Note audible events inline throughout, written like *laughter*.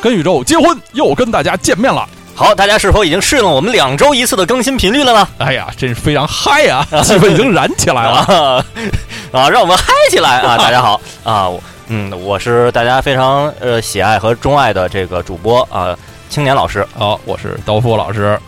跟宇宙结婚又跟大家见面了。好，大家是否已经适应了我们两周一次的更新频率了呢？哎呀，真是非常嗨 *laughs* 啊，气氛已经燃起来了。啊， *laughs* 啊，让我们嗨起来啊！大家好啊，我嗯，我是大家非常呃喜爱和钟爱的这个主播啊，青年老师。 *laughs* 好、我是刀夫老师。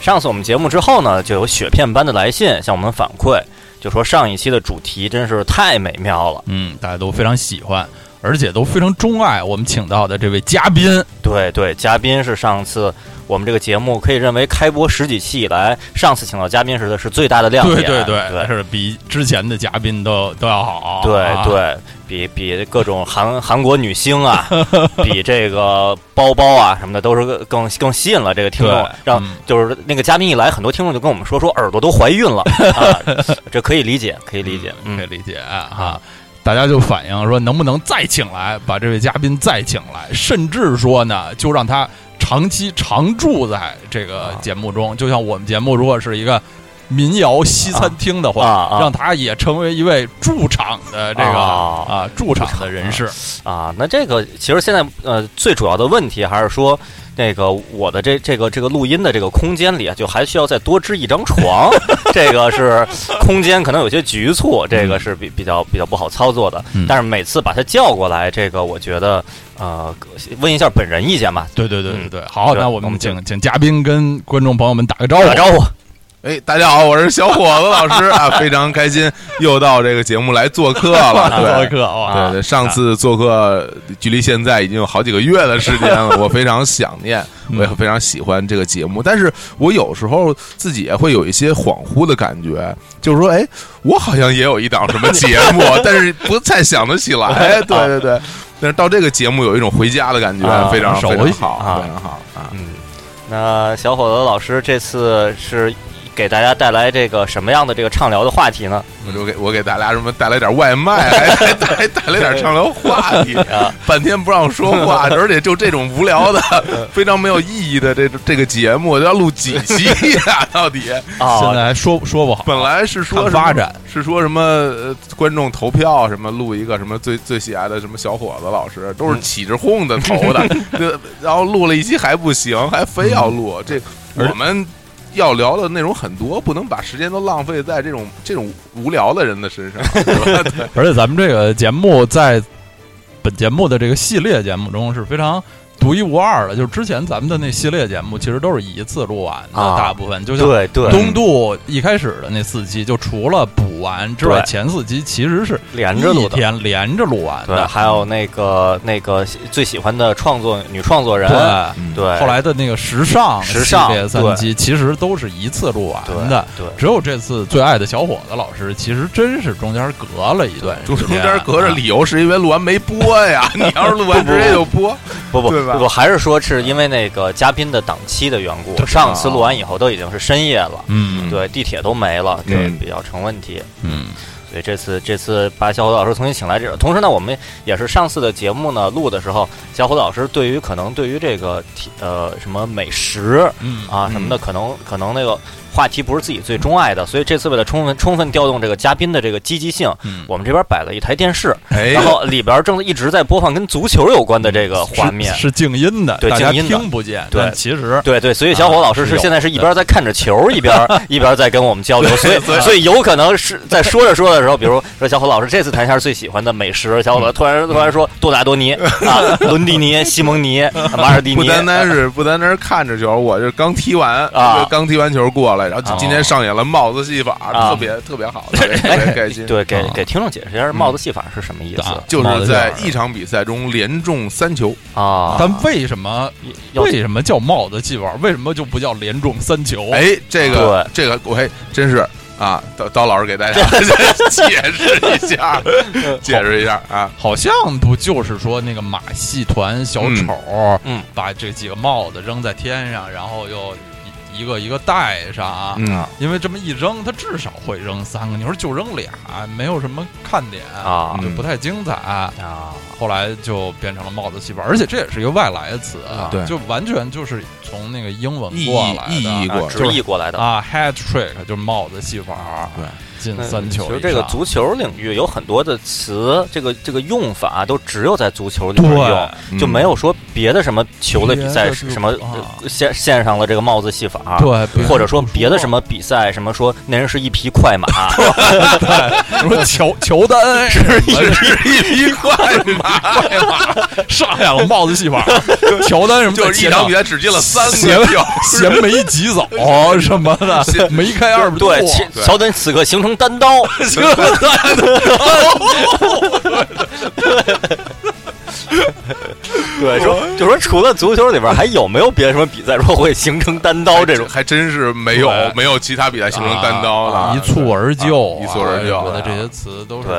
上次我们节目之后呢，就有雪片般的来信向我们反馈，就说上一期的主题真是太美妙了。嗯，大家都非常喜欢，而且都非常钟爱我们请到的这位嘉宾。对对，嘉宾是上次我们这个节目可以认为开播十几期以来，上次请到嘉宾时的是最大的亮点。对对对对，是比之前的嘉宾都都要好。对啊，对，比比各种韩韩国女 *laughs* 星啊，比这个包包啊什么的，都是更更更吸引了这个听众对，让嗯就是那个嘉宾一来，很多听众就跟我们说说耳朵都怀孕 *laughs* 了，啊这可以理解，可以理解，可以嗯，理解啊。大家就反映说，能不能再请来，把这位嘉宾再请来，甚至说呢，就让他长期常驻在这个啊节目中。就像我们节目如果是一个民谣西餐厅的话，啊啊让他也成为一位驻场的这个啊啊驻场的人士。啊，那这个其实现在呃最主要的问题还是说。那个我的这这个这个录音的这个空间里啊，就还需要再多支一张床， *laughs* 这个是空间可能有些局促，这个是比比较比较不好操作的。嗯但是每次把他叫过来，这个我觉得呃，问一下本人意见吧。对对对对对，好，嗯是那我我们们就请请嘉宾跟观众朋友们打个招呼。打招呼，哎，大家好，我是小伙子老师啊，非常开心又到这个节目来做 *laughs* *laughs* 客了。做对客哦啊哇，对对，上次做客距离现在已经有好几个月的时间了，我非常想念，嗯我也非常喜欢这个节目，但是我有时候自己也会有一些恍惚的感觉，就是说，哎，我好像也有一档什么节目，但是不太想得起 *laughs* 来。对对对，但是到这个节目有一种回家的感啊觉，非常熟非常悉好，啊非常好啊。嗯，那小伙子老师这次是给大家带来这个什么样的这个畅聊的话题呢？我就给我给大家什么带来点外卖，还还带还带来点畅聊话题啊，半天不让说话，而且就这种无聊的、非常没有意义的这这个节目，要录几期呀、 *laughs* 到底现啊，在还说说不好，本来是说看什么发展，是说什么、呃、观众投票什么录一个什么最最喜爱的什么小伙子老师，都是起着哄的投 *laughs* 的，这然后录了一期还不行，还非要嗯录这而我们。要聊的内容很多，不能把时间都浪费在这种这种无聊的人的身 *laughs* 上，是吧？对而且咱们这个节目在本节目的这个系列节目中是非常独一无二的，就是之前咱们的那系列节目其实都是一次录完的，啊大部分就像对对，东渡一开始的那四期，就除了补完之外，对前四期其实是连着一录的。天连着录完对，的。还有那个那个最喜欢的创作女创作人，对，对，后来的那个时尚时尚系列三期其实都是一次录完对的。对只有这次最爱的小伙子老师，其实真是中间隔了一段时中间，啊嗯间隔着理由是因为录完没播 *laughs* 呀，你要是录完直接就播，不不，对吧我还是说是因为那个嘉宾的档期的缘故，对上次录完以后都已经是深夜了，嗯，对，地铁都没了，这嗯比较成问题。嗯，所以这次这次把小伙老师重新请来这，同时呢，我们也是上次的节目呢录的时候，小伙老师对于可能对于这个体呃什么美食嗯啊什么的，可能可能那个话题不是自己最钟爱的，所以这次为了充分充分调动这个嘉宾的这个积极性，嗯，我们这边摆了一台电视，哎然后里边正一直在播放跟足球有关的这个画面。是是静音的，对大家静音的听不见，对但其实对对，所以小伙老师啊是是有现在是一边在看着球，一边 *laughs* 一边在跟我们交流，所以对对所以有可能是在说着说着的时候，比如说小伙老师这次谈一下最喜欢的美食，小伙老师突嗯然突然说杜纳 *laughs* 多尼啊，伦蒂尼、西蒙尼、嗯马尔蒂尼，不单单 *laughs* 是不单单是看着球，我这刚踢完啊刚踢完球过来，然后哦今今天上演了帽子戏法，啊哎特别特别好，特别特别开心。对给啊给听众解释一下帽子戏法是什么意思啊就是在一场比赛中连中三球，啊？但为什么要为什么叫帽子戏法？为什么就不叫连中三哦球？哎，这个这个我还真是啊，刀刀老师给大家 *laughs* 解释一 *laughs* 下，解释一下啊，好像不就是说那个马戏团小丑，嗯嗯把这几个帽子扔在天上，然后又一一个一个戴上啊。嗯，因为这么一扔，他至少会扔三个。你说就扔俩，没有什么看点，啊就不太精彩。啊后来就变成了帽子戏法，而且这也是一个外来词，啊啊对就完全就是从那个英文意过义来的意义啊过直译过来的啊，hat trick 就是帽子戏法。对，进嗯三球以其上。实这个足球领域有很多的词，这个这个用法啊都只有在足球里边用，对嗯就没有说别的什么球类比赛别的是什么啊呃线线上的这个帽子戏法，啊对，或者说别的什么。么比赛，什么说那人是一匹快 *laughs* 马，什么乔乔丹 *laughs* 是一一匹快 *laughs* 马，哎上来了帽子戏法， *laughs* 乔丹什么就是一场比赛赛只进了 *laughs* 三鞋个球，嫌没及 *laughs* 早什么的鞋，梅开二度。对，其 *laughs* 对乔丹此刻形成单刀，啊对，说就说除了足球里边还有没有别的什么比赛说会形成单刀这种？还真是没有对没有其他比赛形成单刀啊了，一蹴而就啊，一蹴而就什么的对这啊些词都是对。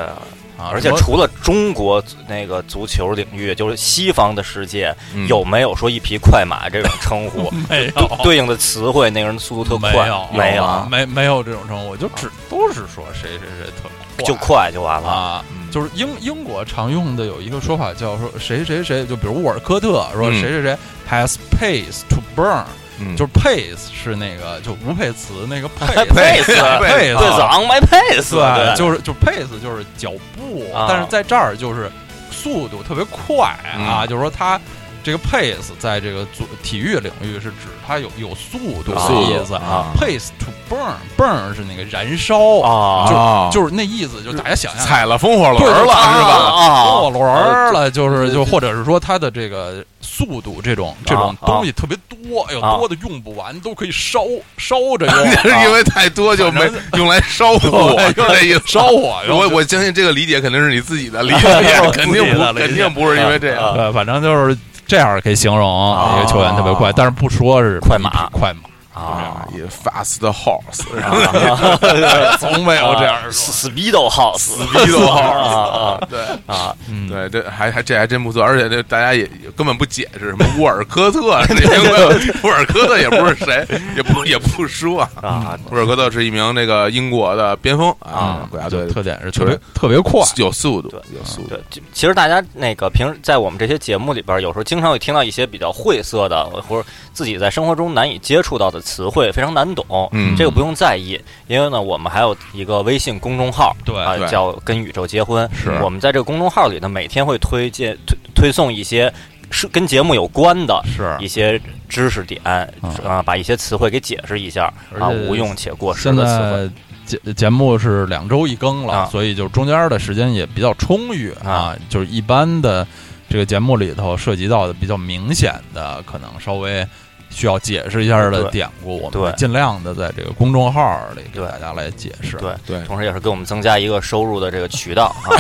啊，而且什么除了中国那个足球领域，就是西方的世界，嗯有没有说一匹快马这种称 *laughs* 呼？没有对对应的词汇，那个人速度特快，没有没有啊没没有这种称呼，就只都是说谁谁谁特快就快就完了。啊。嗯就是英英国常用的有一个说法叫说谁谁谁，就比如沃尔科特说嗯谁谁谁 has pace to burn，嗯就是 pace 是那个就吴佩慈那个 pace， pace 对是 on my pace，啊对，对，就是就 pace 就是脚步，啊但是在这儿就是速度特别快啊，嗯就是说它这个 pace 在这个足体育领域是指它有有速度啊的意思。啊 pace to burn，burn 是那个燃烧，啊，啊就是那意思，就是大家想象踩了风火轮对了是吧？，啊哎过轮儿了，就是对就对或者是说它的这个速度这种这种啊东西特别多，哎呦啊多的用不完，都可以烧烧着 *laughs* 用就是 *laughs* 因为太多就没啊反用来烧火，对是这意思。烧我，然后 *laughs* 我就我相信这个理解肯定是你自己的 *laughs* 理解，肯定自己的不理解肯定不是因为这啊样。啊对，呃反正就是这样可以形容啊一个球员特别快，但是不说是快马一匹快马，啊也 fast horse， *laughs* 从没有这样说。*laughs*，Speedo House，逼都好。 *laughs* 啊啊 *laughs* 对啊，嗯，对，这还还这还真不错，而且这大家也也根本不解释什么沃尔科 *laughs* 特，啊这些沃尔科特也不是谁，也不也不说啊。啊，沃尔科特是一名那个英国的边锋啊啊，，国家就队特点是球特员别特别快，有速度对，有速度对，就其实大家那个平时在我们这些节目里边儿，有时候经常会听到一些比较晦涩的，或者自己在生活中难以接触到的词汇，非常难懂。嗯这个不用在意，因为呢，我们还有一个微信公众号，对啊对，叫“跟宇宙结婚”。是我们在这个公众号里呢，每天会推荐推推送一些是跟节目有关的是嗯一些知识点啊，把一些词汇给解释一下而啊，且无用且过时现的词汇。在节节目是两周一更了，啊所以就中间的时间也比较充裕啊。就是一般的这个节目里头涉及到的比较明显的，可能稍微需要解释一下的对典故，我对们尽量的在这个公众号里给对大家来解释。对对。同时也是给我们增加一个收入的这个渠道啊，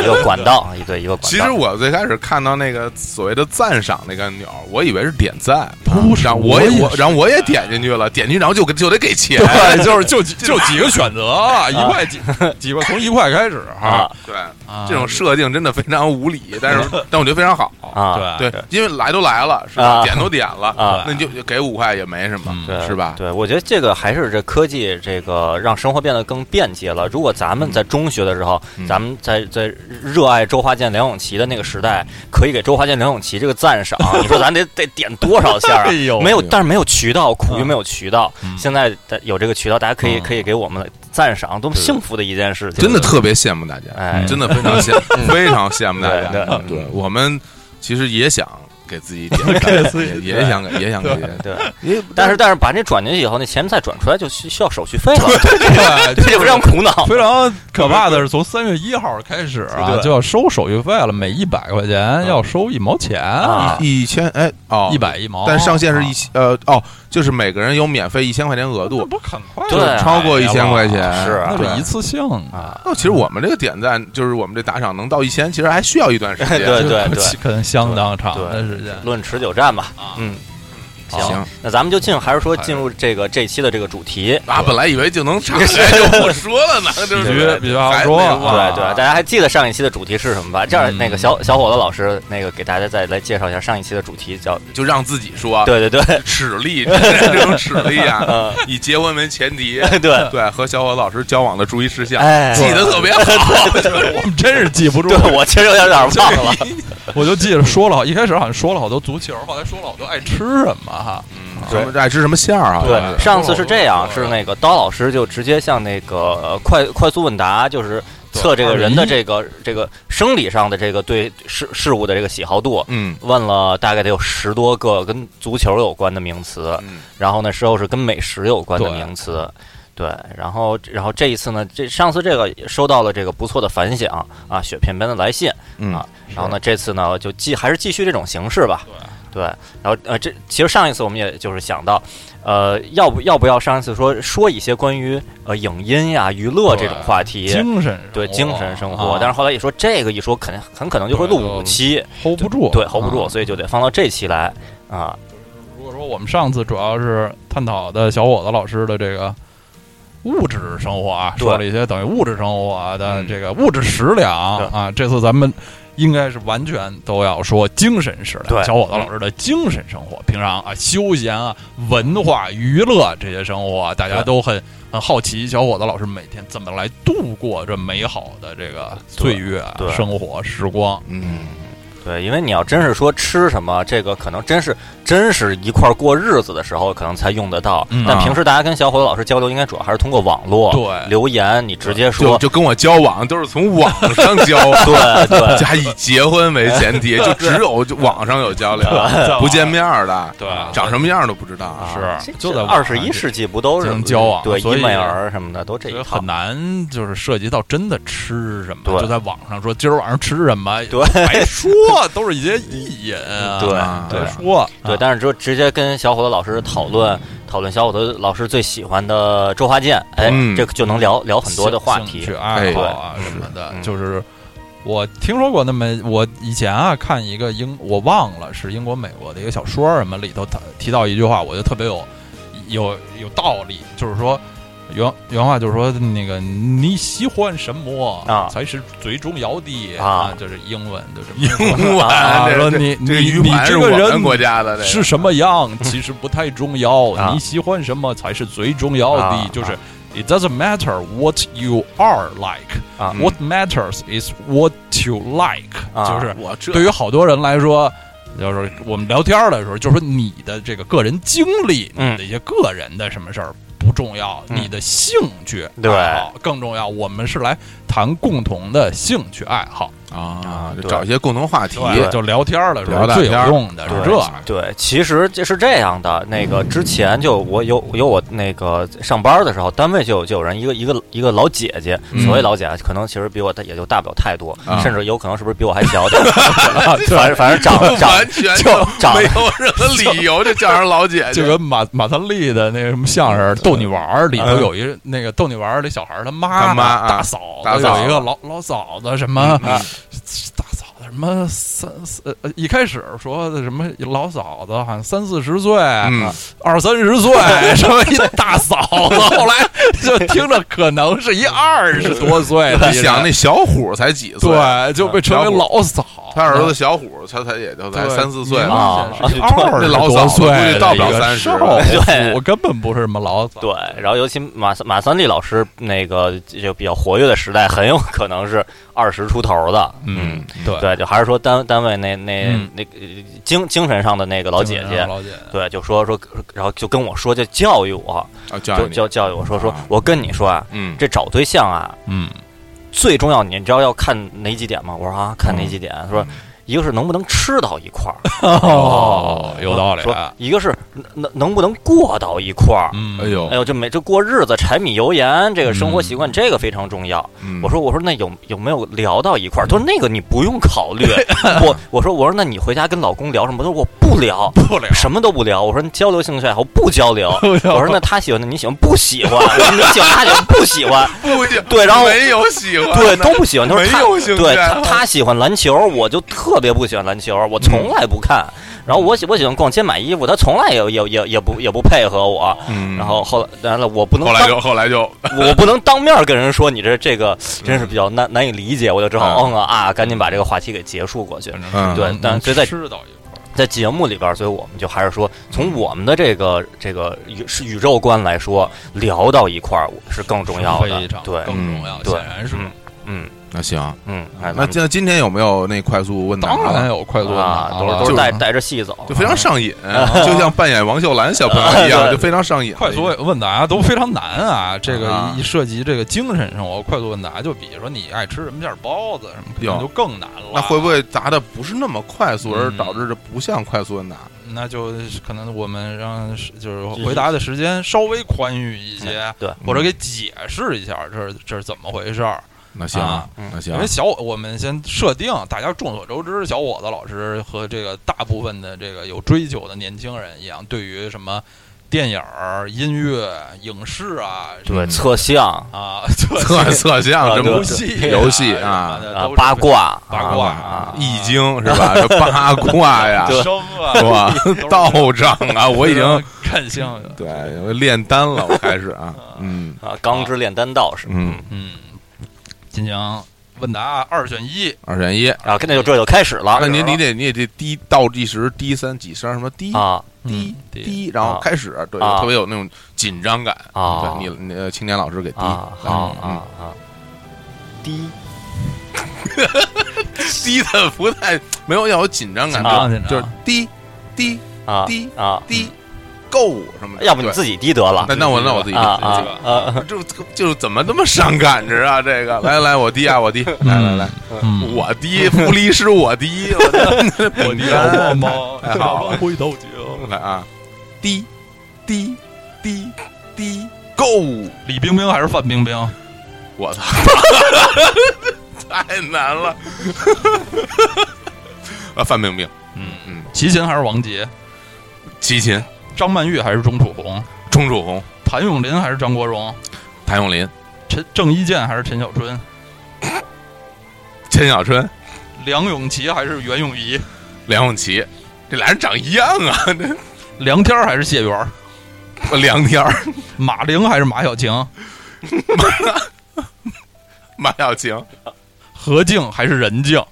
一个管道，一对一个管道。其实我最开始看到那个所谓的赞赏那个按钮，我以为是点赞，不是然后啊我也我也我是然后我也点进去了， *laughs* 点进去然后就就得给钱，对，就是 *laughs* 就几就几个选择啊， *laughs* 一块几几块，从一块开始啊啊。对，啊这种设定真的非常无理，但是但我觉得非常好，啊，对对，因为来都来了，是吧？啊点都点了，啊那你就就给五块也没什么嗯，对，是吧？对，我觉得这个还是这科技这个让生活变得更便捷了。如果咱们在中学的时候，嗯咱们在在热爱周华健、梁咏琪的那个时代，可以给周华健、梁咏琪这个赞赏，你说咱得得点多少下啊哎？呦没有 *laughs* 哎呦，但是没有渠道，苦于没有渠道嗯。现在的有这个渠道，大家可以嗯可以给我们赞赏，多么幸福的一件事情！啊真的特嗯别羡慕大家，哎，真的非常 *laughs* 羡非常羡慕大家。对嗯对我们其实也想 *laughs* 给自己点赞，给自己也也想给也想给别人，对。因为但是但是把这转进去以后，那钱再转出来就需需要手续费了， *laughs* 对这就非常苦恼。非常可怕的是，从三月一号开始啊，啊对嗯就要收手续费了，每一百块钱要收一毛钱啊一千哎哦一。百一毛。但上限是一啊，千，呃哦，就是每个人有免费一千块钱额那度，不是很快吗？对啊超过一千块钱是啊那对哎是一次性的，啊，那其实我们这个点赞，就是我们这打赏能到一千，其实还需要一段时间。对对对可能相当长对的时间。论持久战吧。嗯，好行那咱们就进，还是说进入这个这期的这个主题？啊，本来以为就能上来就不说了呢，对不必须对必须好还说没对忘啊对，大家还记得上一期的主题是什么吧？这样，嗯那个小小伙子老师，那个给大家再来介绍一下上一期的主题，叫就让自己说， *laughs* 对对对，齿力， *laughs* 这种齿力啊嗯，以结婚为前提，对，对，和小伙老师交往的注意事项，哎，记得特别好， *laughs* 我们真是记不住对，我其实有点有点忘了我就记着说了好，一开始好像说了好多足球，后来说了好多爱吃什么哈，嗯什么爱吃什么馅儿啊？对，上次是这样，哦是那个刀老师就直接向那个呃快快速问答，就是测这个人的这个这个生理上的这个对事事物的这个喜好度，嗯问了大概得有十多个跟足球有关的名词，嗯然后呢，之后是跟美食有关的对名词。对，然后然后这一次呢，这上次这个收到了这个不错的反响啊，雪片般的来信。嗯啊然后呢，这次呢就继还是继续这种形式吧。对，然后呃，这其实上一次我们也就是想到，呃，要不要不要上一次说说一些关于呃影音呀、娱乐这种对话题，精神啊对精神生活。但但是后来一说这个一说，肯定很可能就会对录就五期，是 hold 不住，对，hold 不住，啊所以就得放到这期来啊。如果说我们上次主要是探讨的小伙子老师的这个物质生活啊，对说了一些等于物质生活的嗯这个物质食粮啊，这次咱们应该是完全都要说精神食对粮。小伙子老师的精神生活，平常啊休闲啊、文化娱乐这些生活啊，大家对都很很好奇，小伙子老师每天怎么来度过这美好的这个岁月啊对对生活时光。啊嗯，对，因为你要真是说吃什么，这个可能真是真是一块儿过日子的时候，可能才用得到。嗯但啊平时大家跟小伙子老师交流，应该主要还是通过网络对留言，你直接就说，就跟我交往都是从网上交 *laughs* 往，对对 *laughs* 加以结婚为前提，就只有就网上有交流， *laughs* 不见面儿的，对长什么样都不知道。啊是这就在网二上十一就世纪不都进是行交往对所以 email 儿什么的都这所一以套很，难就是涉及到真的吃什么，对就在网上说今儿晚上吃什么，对白说，都是一些意淫啊， *laughs* 对啊白对说，对，啊但是就直接跟小伙子老师讨论讨论小伙子老师最喜欢的周华健，哎嗯，这个就能聊聊很多的话兴题兴趣，爱好啊哎什么的嗯，就是。我听说过那么，我以前啊看一个英，我忘了是英国、美国的一个小说什么里头，他提到一句话，我就特别有有有道理，就是说原原话就是说那个你喜欢什么啊才是最重要的啊就是英文就是 *laughs* 英啊文，说这你这个你鱼你盘这是个我们人国家的，这个是什么样其实不太重啊要，你喜欢什么才是最重要啊的。就是啊 It doesn't matter what you are like, 啊 what matters is what you like。就啊是我这对于好多人来说，就是我们聊天儿的时候，就是说你的这个个人经历，嗯你的一些个人的什么事儿。不重要，嗯你的兴趣对爱好更重要。我们是来谈共同的兴趣爱好，啊，就对找一些共同话题，哎对，就聊天儿的时聊候大最天有儿用的是对这样。 *laughs* 对，其实这是这样的，那个之前就我有有我那个上班的时候，单位就有就有人一个一个一个老姐姐，嗯所谓老姐姐，可能其实比我大也就大不了太多，啊甚至有可能是不是比我还小 *laughs* 点儿，反正反正长长完全就长没有任何理由就叫人老姐 *laughs* 姐，就跟马马三立的那个什么相声《逗你玩儿》里头有一那个逗你玩儿里小孩儿嗯他妈他妈啊大嫂大子嫂有一个老老嫂子什么嗯嗯大嫂子什么三四呃一开始说的什么老嫂子好像三四十岁嗯二三十 *laughs* 岁什么一大嫂子，后来就听着可能是一二十多岁的你人哎想那小虎才几岁？对就被称为小老嫂，他儿子小虎，他才也就才对三四岁明啊显是一啊二那十老多嫂子岁估计的到一不了个三十少 *laughs* 对妇我根本不是什么老嫂。对，然后尤其马三马三立老师那个就比较活跃的时代，很有可能是二十出头的，嗯，对，对，就还是说单单位那那、嗯那个呃精精神上的那个老姐姐，老姐姐，对，就说说，然后就跟我说，就教育我，啊，叫就你教教育我说说啊，我跟你说啊，嗯这找对象啊，嗯，最重要，你知道要看哪几点吗？我说啊，看哪几点？他说，一个是能不能吃到一块儿，哦，有道理说啊，一个是能能不能过到一块儿。嗯，哎，呦哎，呦，这每这过日子、柴米油盐，这个生活习惯，这个非常重要。嗯我说，我说那有有没有聊到一块儿？他说那个你不用考 *laughs* 虑。我我说我说那你回家跟老公聊什么？他说我不 *laughs* 聊，不了，什么都不聊。我说你交流兴趣爱好不交流。我 *laughs* 我说那他喜欢的你喜欢不喜欢？我说你喜欢他喜欢不喜欢？不行，对然后没有喜欢 *laughs* 对，的，都不喜欢。他说没他有兴趣对爱他嗯好他喜欢篮球，我就特别不喜欢篮球，我从来不看。然后我喜我喜欢逛街买衣服，他从来也也也也不也不配合我。嗯然后后来当然了，我不能后来当就后来就我不能当面跟人说你这这个真是比较难难以理解，我就只好嗯嗯啊啊，赶紧把这个话题给结束过去。正嗯对但是在吃到一块儿，在节目里边儿，所以我们就还是说，从我们的这个这个宇是宇宙观来说，聊到一块儿是更重要的非常，对更重要，对显然是嗯嗯那行，嗯，哎，那咱们今今天有没有那快速问答当然了？有快速啊，都是都就是是带带着戏走，就非常上 *laughs* 瘾，就像扮演王秀兰小朋友一样，就非常上瘾。快速问答都非常难啊，这个啊一涉及这个精神生活，快速问答就比如说你爱吃什么馅儿包子什么，肯定哟就更难了。那会不会答的不是那么快速，而嗯导致这不像快速问答？那就可能我们让是就是回答的时间稍微宽裕一哎些，对，或嗯者给解释一下这是这是怎么回事儿。那行啊，那行因为，小我们先设定，大家众所周知，小伙子老师和这个大部分的这个有追求的年轻人一样，对于什么电影儿、音乐、影视啊，什么对测相啊， *laughs* *laughs* 测测啊像这对游不戏、游戏啊啊什么的啊都是八卦八卦啊易经是吧？这八卦呀，对生是啊， *laughs* 吧？道长啊，我已经 *laughs* 看性了，对啊我练丹了，我开始 *laughs* 啊，嗯啊，钢之炼丹道士，嗯，嗯，进行问答二选一，二选一。啊，跟那就这就开始了，那你你得你也得滴倒计时，滴三几声什么滴啊嗯滴滴滴，然后开始，对，啊特别有那种紧张感啊对你你青年老师给滴，啊来好啊嗯啊，低滴的不太没有要有紧张感，紧张啊就紧张就是滴滴啊低啊，滴，go 什么的。哎要不你对自己低得了那那我那我自己啊滴，啊啊，就就怎么那么伤感情啊？*laughs* 这个来来，我滴啊，我滴，来来来，嗯，我滴，福利是我滴，*laughs* 我的我滴嗯老猫太好 *laughs* 了回头酒，来啊，滴滴滴滴，Go！李冰冰还是范冰冰？我操， *laughs* 太难了。 *laughs* 啊，范冰冰，嗯嗯，齐秦还是王杰？齐秦、张曼玉还是钟楚红？钟楚红、谭咏麟还是张国荣？谭咏麟、陈郑伊健还是陈小春？陈小春、梁咏琪还是袁咏仪？梁咏琪，这俩人长一样啊！梁天儿还是谢元儿？这梁天儿、马玲还是马小晴？马小晴，何静还是任静？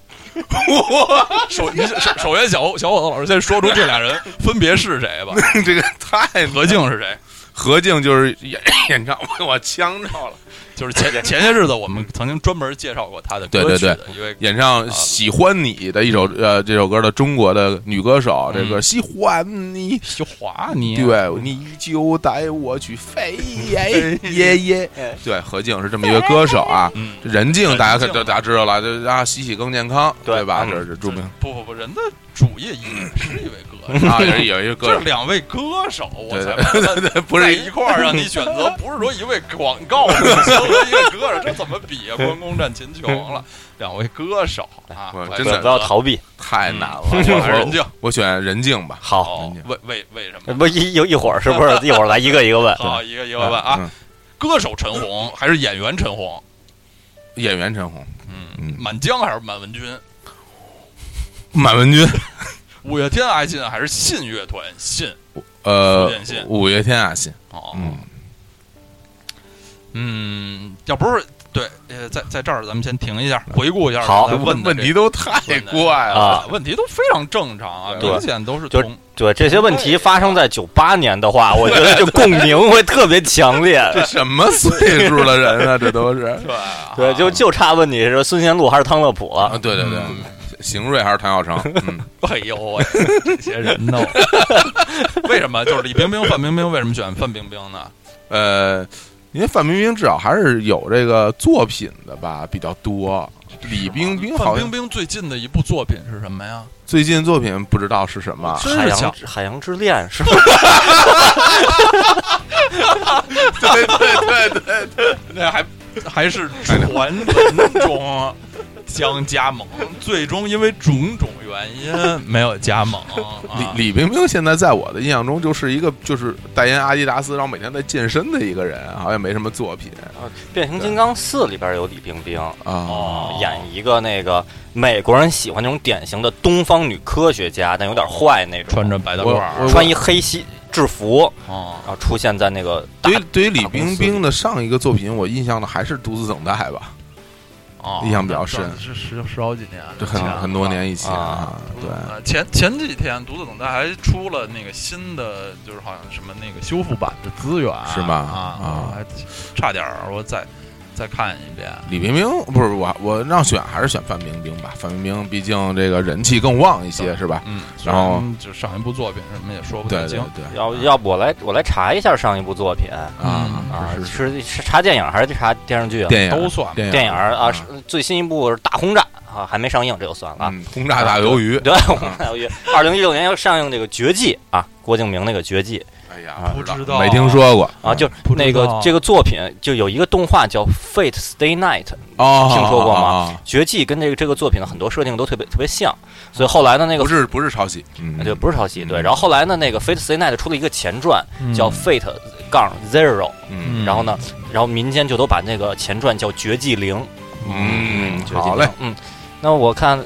首你首首先小小伙子老师先说出这俩人分别是谁吧？ *laughs* 这个太何静是谁？何静就是演演唱会，我呛着了。就是前前些日子我们曾经专门介绍过她的歌曲的一位演唱《喜欢你》的一首呃这首歌的中国的女歌手，这嗯个喜欢你，徐华啊你对，你就带我去飞耶耶耶哎！对，何静是这么一个歌手啊。嗯，任静，大家看，任静大家知道了，就啊，洗洗更健康，对对吧？嗯这是著名不不不，人的主业也是一位歌手，啊，也是有一个 *clears throat* 歌这手是，两位歌手，我对才对对对，不在是一块儿让啊你选择，不是说一位广告明星和一个歌手，这怎么 *laughs* 比啊？关公战秦琼了，两位歌手啊哎我，来真不的要不要逃避， *laughs* 太难了。嗯我还任静是啊我选任静吧。好，哦为为为哎什么？不一一一会儿是不是一会儿来一个一个问好，一个一个问啊，嗯，歌手陈红还是演员陈红？演员陈红，嗯满江还是满文军？满文军，五月天爱信还是信乐团信？呃福建信，五月天啊，信，哦，嗯，嗯，要不是对，呃，在在这儿咱们先停一下，回顾一下好刚才哦问的问这题个都太怪了。啊啊，问题都非常正常啊，对明显都是就从对这些问题发生在九八年的话，我觉得就共鸣会特别强烈。 *laughs* 这什么岁数的人啊？这都是对啊对，就就差问你是孙贤路还是汤乐普啊，了。对对对，邢瑞还是谭耀成？嗯， *laughs* 哎呦喂，这些人 *laughs* 呢？为什么就是李冰冰、范冰冰为什么选范冰冰呢？呃，因为范冰冰至少还是有这个作品的吧，比较多。李冰冰范好冰像冰最近的一部作品是什么呀？最近作品不知道啊是什么，真海是洋巧之海洋之恋是吧？ *laughs* 对对对对，那还还是传闻中将加 *laughs* 盟，最终因为种种原因没有加盟。啊李李冰冰现在在我的印象中就是一个就是代言阿迪达斯，然后每天在健身的一个人，好像没什么作品变形金刚四里边有李冰冰啊。哦演一个那个美国人喜欢那种典型的东方女科学家，但有点坏那种，穿着白大褂儿我我穿一黑西制服，哦然后出现在那个大啊对于对于李大公冰司冰的上一个作品，我印象的还是《独自等待》 *laughs* 吧，哦，印象比较深是十十好几年了，这很前了很多年以前啊对。呃前前几天《独自等待》还出了那个新的，就是好像什么那个修复版的资源，是吗啊，啊还差点儿我再再看一遍。李冰冰不是我，我让选还是选范冰冰吧。范冰冰毕竟这个人气更旺一些，是吧？嗯，然后虽就上一部作品什么也说不对太对清，对要要不我来我来查一下上一部作品啊，啊嗯是是是是查电影还是查电视剧啊？电影都算吧。电电影儿啊，是最新一部是《大轰炸》啊，还没上映，这就算了啊。嗯，轰炸大鱿鱼。对，我们还有约二零一六年要上映这个《绝技》啊，郭敬明那个《绝技啊哎呀，不知道没听说过》啊，就不知那个道这个作品就有一个动画叫《Fate Stay Night》，《哦，听说过吗啊？啊啊绝技》跟这个这个作品的很多设定都特别特别像，所以后来呢，那个不是不是抄袭，嗯，对，不是抄袭，对。嗯然后后来呢，那个《Fate Stay Night》出了一个前传叫《Fate 杠 Zero》，嗯然后呢，然后民间就都把那个前传叫《绝技零》。嗯，绝技好零嘞，，嗯，那我看《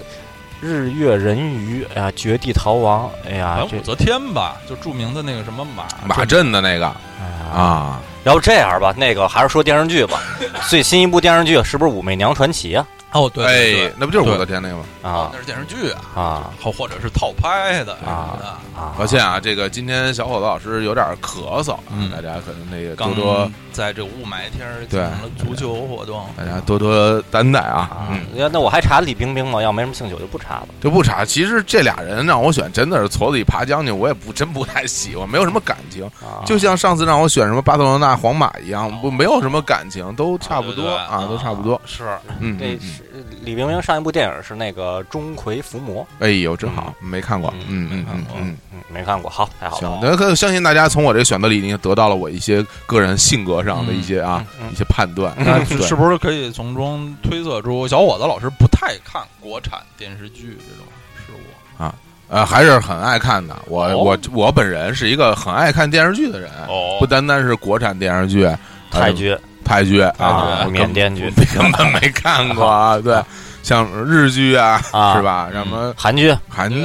日月人鱼》哎呀，《绝地逃亡》哎呀好，这像武则天吧，就著名的那个什么马马震的那个哎呀啊，要不这样吧，那个还是说电视剧吧。最新一部电视剧是不是《武媚娘传奇》啊？哦，对对对哎，那不就是武则天那个吗？哦，啊那是电视剧啊，啊或或者是套拍的什么的啊，啊！抱歉啊，这个今天小伙子老师有点咳嗽，啊嗯大家可能那个多刚多，在这雾霾天儿进对行了足球活动，大家多多担待啊啊，，嗯，要那我还查李冰冰吗？要没什么兴趣，我就不查了。就不查。其实这俩人让我选，真的是矬子里爬将军，我也不真不太喜欢，没有什么感情。啊，哦就像上次让我选什么巴塞罗那、皇马一样，不没有什么感情，都差不多啊啊，对对都差不多。 *laughs* 是嗯，那嗯嗯是李冰冰上一部电影是那个《钟馗伏魔》，哎呦，真好，没看过，嗯没嗯嗯看嗯过嗯，嗯，没看过，好，太好行了。，那可相信大家从我这个选择里已经得到了我一些个人性格上的一些啊嗯嗯一些判断，那对是不是可以从中推测出小伙子老师不太看国产电视剧这种事物？呃，还是很爱看的。我、哦我我本人是一个很爱看电视剧的人，哦不单单是国产电视剧，泰剧泰剧啊啊，我根缅甸剧根本没看过啊。对，像日剧啊，啊 *laughs* 是吧？什么韩剧，韩对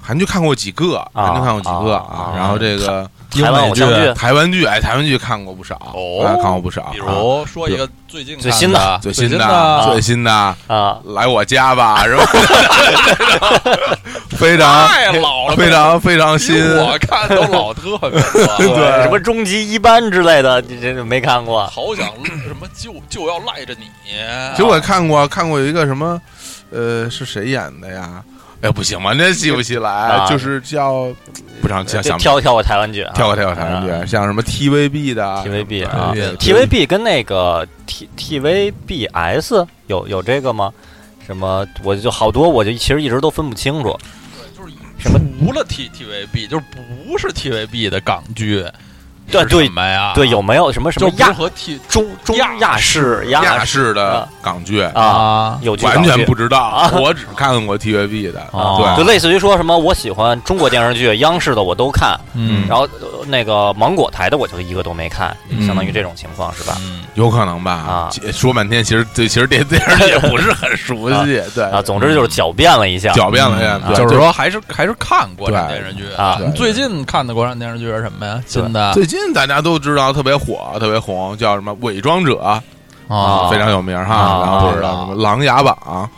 韩剧看过几个，韩剧看过几个啊啊然后这个台湾偶像啊剧台湾剧，哎，台湾剧看过不少，哦啊看过不少，比啊如说一个最近最新的的最新新的最新的啊，来我家 *laughs* 吧，是吧？ *laughs* 非常太老 *laughs* 了，非常非常新比，哎我看都老特别 *laughs* 了。对啊什么终极一班之类的，这这没看过好想什么就就要赖着你，其实我也看过，看过有一个什么，呃，是谁演的呀？哎，不行吧，这记不起来，啊就是叫不想想就想跳跳过台湾剧啊，跳过跳过台湾剧，像什么 TVB 的呃 TVB 什么啊对 TVB 跟那个 T TVBS 有有这个吗？什么？我就好多，我就其实一直都分不清楚。就是什么除了 T T V B，就是不是 T V B 的港剧，对是对什么啊呀？对，有没有什么什就么不是亚和 T 中中亚亚式亚亚式的港剧，啊？有剧完港全剧不知道啊， *laughs* 我只看过 TVB 的，啊，对就类似于说什么我喜欢中国电视剧，央视的我都看，嗯，然后呃那个芒果台的我就一个都没看，嗯相当于这种情况是吧？嗯有可能吧啊？其说半天，其实对，其实这电视剧也不是很熟悉，对啊，总之就是狡辩了一下嗯狡辩了哎呀，嗯对就是说还是还是看国产啊对电视剧啊对最近看的国产电视剧是什么呀？新的最近大家都知道特别火、特别红，叫什么《伪装者》啊，非常有名哈。啊然后知道什么《琅琊榜啊》，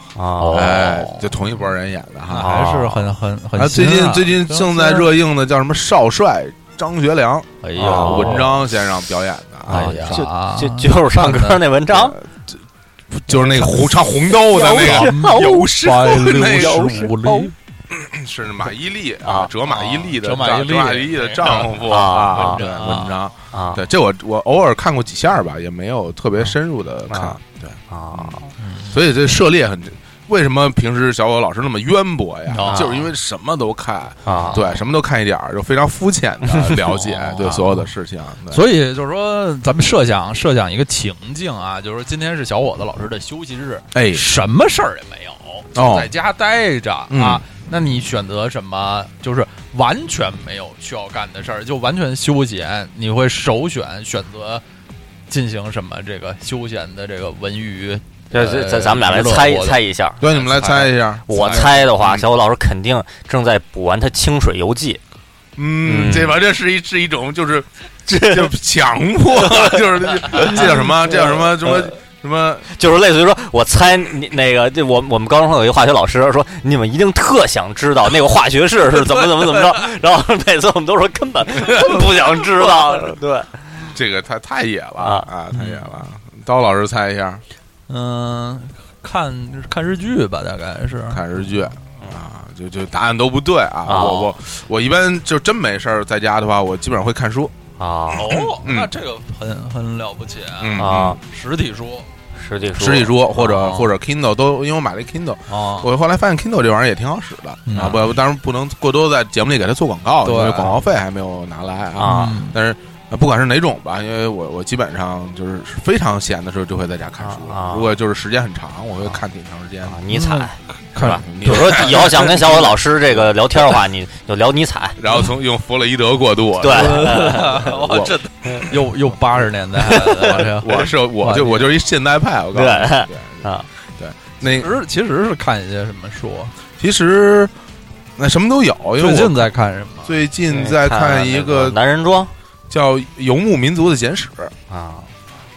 哎，就同一波人演的哈。啊还是很很很、啊，最近最近正在热映的叫什么《少帅》。张学良哎哦啊，呦，文章先生表演的哎呀哎呀，啊就就是唱歌那文章，就是那个红唱红豆的那 *laughs* 个，有时候那六个十五里 *laughs* 是马伊琍啊折马伊琍的折丈马伊琍折马伊琍的丈夫啊啊，文对章啊文章，啊对这我我偶尔看过几下吧，也没有特别深入的看啊，对。啊，所以这涉猎很，为什么平时小狗老师那么渊博呀？啊就是因为什么都看，啊对，什么都看一点儿，就非常肤浅 *laughs* 的了解哦对所有的事啊情。对所以就是说，咱们设想设想一个情境啊，就是说今天是小伙子老师的休息日，哎，什么事儿也没有，哦在家待着嗯啊。那你选择什么？就是完全没有需要干的事儿，就完全休闲，你会首选选择进行什么？这个休闲的这个文娱这这咱咱们俩来猜猜一下。对，你们来猜一下。我猜的话，嗯小虎老师肯定正在补完他《清水游记嗯，嗯这玩意儿是一是一 *laughs* 种就是就强迫， *laughs* 就是这叫什么？这叫什么？什么呃什么？》，就是类似于说，我猜你那个，这我我们高中有一化学老师说，你们一定特想知道那个化学式是怎么怎么怎么着，然后每次我们都说根本根本不想知道，对这个太太野了啊嗯啊，太野了。刀老师猜一下，嗯、看看日剧吧，大概是。看日剧啊，就就答案都不对啊。哦我我我一般就真没事儿在家的话，我基本上会看书。啊哦，嗯那这个很很了不起，嗯啊，，实体书实体书，啊实体书或者哦或者 Kindle 都，因为我买了一 Kindle，啊，我后来发现 Kindle 这玩意儿也挺好使的嗯啊。不，当然不能过多在节目里给它做广告，对因为广告费还没有拿来啊。啊嗯但是呃不管是哪种吧，因为我我基本上就是非常闲的时候就会在家看书啊啊。如果就是时间很长，我会看挺长时间的。 *laughs* 啊，尼采嗯是 *laughs* 吧？你比如说以后想跟小伟老师这个聊天的话，你就聊尼采，然后从用弗洛伊德过渡，啊对，我这又又八十年代 *laughs* 了，我是我就我就是一现代派，我告诉你，对对啊，对，那其实其实是看一些什么书，其实那什么都有，因为最我近在看什么？最近在看哎一那个个男人装叫《游牧民族的简史啊，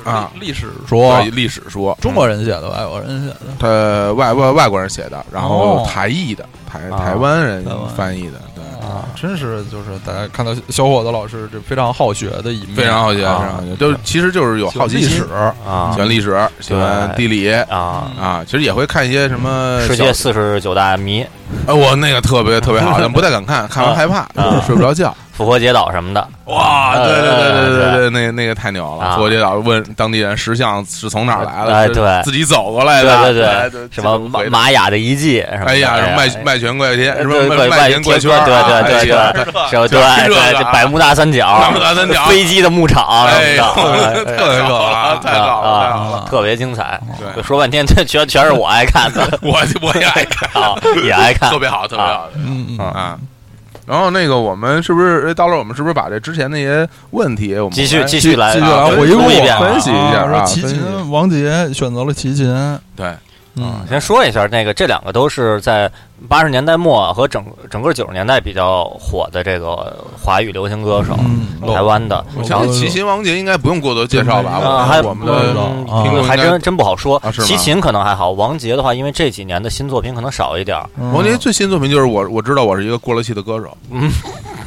啊历史书，》历史书，中国人写的，外国人写的，呃外外外国人写的，然后哦台译的台啊台湾人台湾翻译的，对，啊，真是就是大家看到小伙子老师这非常好学的一面，非常好奇，非啊常好奇，就是其实就是有喜欢好奇历心史，啊喜欢历史，喜欢地理。啊，啊，其实也会看一些什么世嗯小界四十九大谜、哎，我那个特别特别好，但不太敢看，看完害怕，就是睡不着觉。复活节岛什么的哇，嗯对对对对嗯对对，那那个太牛了！啊复活节岛问当地人石像是从哪儿来的，哎是对自己走过来的，对对对哎对，什么这玛回玛雅的遗迹什么的，哎呀，什么麦哎麦旋怪天，对什怪么麦怪麦田怪圈儿，对啊对对哎呀对什么就对这个对，啊这百慕大三角百慕大三角，飞机的牧场哎什呦，么的哎， *laughs* 啊特别好了，太好了，太好了！特别精彩。对就，说半天，这全全是我爱看的 *laughs* 我我也爱看，啊， *laughs* 也爱看啊特别好，特别好嗯嗯，啊。然后那个，我们是不是哎到时候我们是不是把这之前那些问题，我们继续来继续来继续来啊回复顾一遍啊分析一下说啊齐分析一下秦，王杰选择了齐秦，对嗯，先说一下，那个这两个都是在八十年代末和整整个九十年代比较火的这个华语流行歌手，嗯台湾的。我相信齐秦王杰应该不用过多介绍吧？嗯啊，我还们我们的嗯听众还应该真真不好说啊。是吗齐秦可能还好，王杰的话，因为这几年的新作品可能少一点儿。嗯王杰最新作品就是我我知道我是一个过了气的歌手，嗯，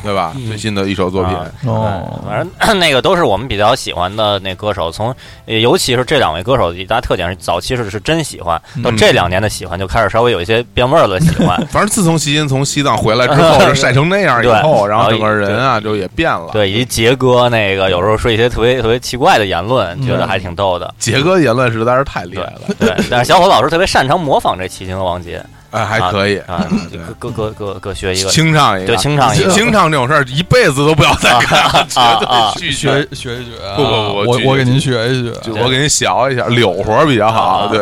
对吧？嗯最新的一首作品，啊哦，哎反正 *clears throat* 那个都是我们比较喜欢的那歌手，从呃尤其是这两位歌手，一大特点是早期是是真喜欢，到嗯这两年的喜欢就开始稍微有一些变味儿了，喜欢反正自从齐秦从西藏回来之后，嗯就晒成那样以后，然后整个人啊就也变了。对，以及杰哥那个有时候说一些特别特别奇怪的言论，嗯觉得还挺逗的。杰哥言论实在是太厉害了，对，但是小伙老师特别擅长模仿这齐秦和王杰哎，还可以，啊，嗯对各各各各各学一个，清唱一个对，，清唱一个啊清唱这种事儿一辈子都不要再干，绝对拒学绝。学一学啊，不不不我拒我给您学一学，就我给您学一下，柳活儿比较好，啊对，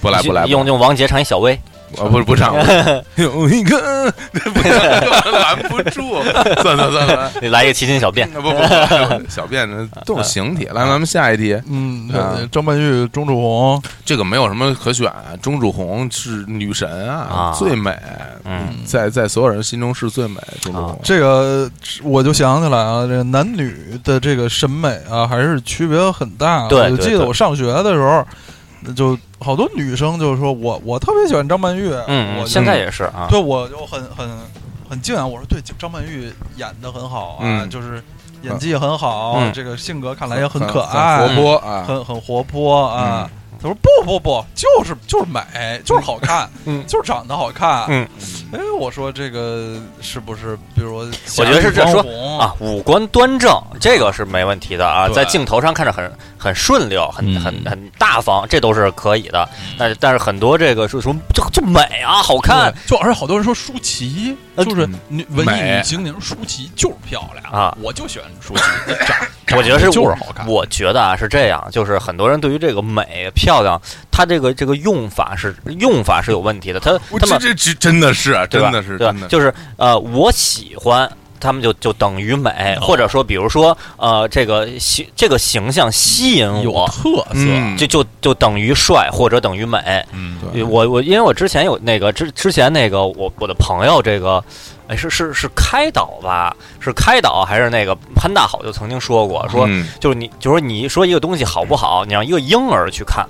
不来不来，不来用用王杰唱一小薇，我不不唱， *laughs* 有一个 *laughs* 不唱拦不 *laughs* 住，算了算了，来一个齐秦小便 *laughs* 不不不，小便都是形体。来，咱们下一题，嗯啊，张曼玉、钟楚红，这个没有什么可选，啊钟楚红是女神啊，啊最美，嗯啊在在所有人心中是最美。钟楚红，这个我就想起来啊，这个男女的这个审美啊，还是区别很大。啊对我就对记得对我上学的时候，那就好多女生就说我我特别喜欢张曼玉，嗯，我嗯就现在也是啊，对我就很很很敬仰，我说对张曼玉演的很好啊，嗯就是演技很好，嗯这个性格看来也很可很爱，活泼啊，很很活泼啊。他说：“不不不，就是就是美，就是好看，*laughs* 嗯就是长得好看。嗯”哎，我说这个是不是？比如我我觉得是这说啊，啊，五官端正，这个是没问题的啊，对在镜头上看着很很顺溜，嗯很很很大方，这都是可以的。嗯但但是很多这个说什么就就美啊，好看对，就而且好多人说舒淇，呃就是嗯女文艺美女青年舒淇就是漂亮啊，我就喜欢舒淇， *laughs* 长我觉得是长就我是好看，我觉得啊是这样，就是很多人对于这个美漂亮，它这个这个用法是用法是有问题的，他我他这们这这真的是，啊对真吧？的是，对吧真？的是。就是呃，我喜欢。他们就就等于美，或者说，比如说，呃，这个形这个形象吸引有我，特色，嗯，就就就等于帅，或者等于美。嗯对我我因为我之前有那个之之前那个我我的朋友这个，哎是是是开导吧，是开导还是那个潘大好就曾经说过，说嗯就是你就是你说一个东西好不好，你让一个婴儿去看。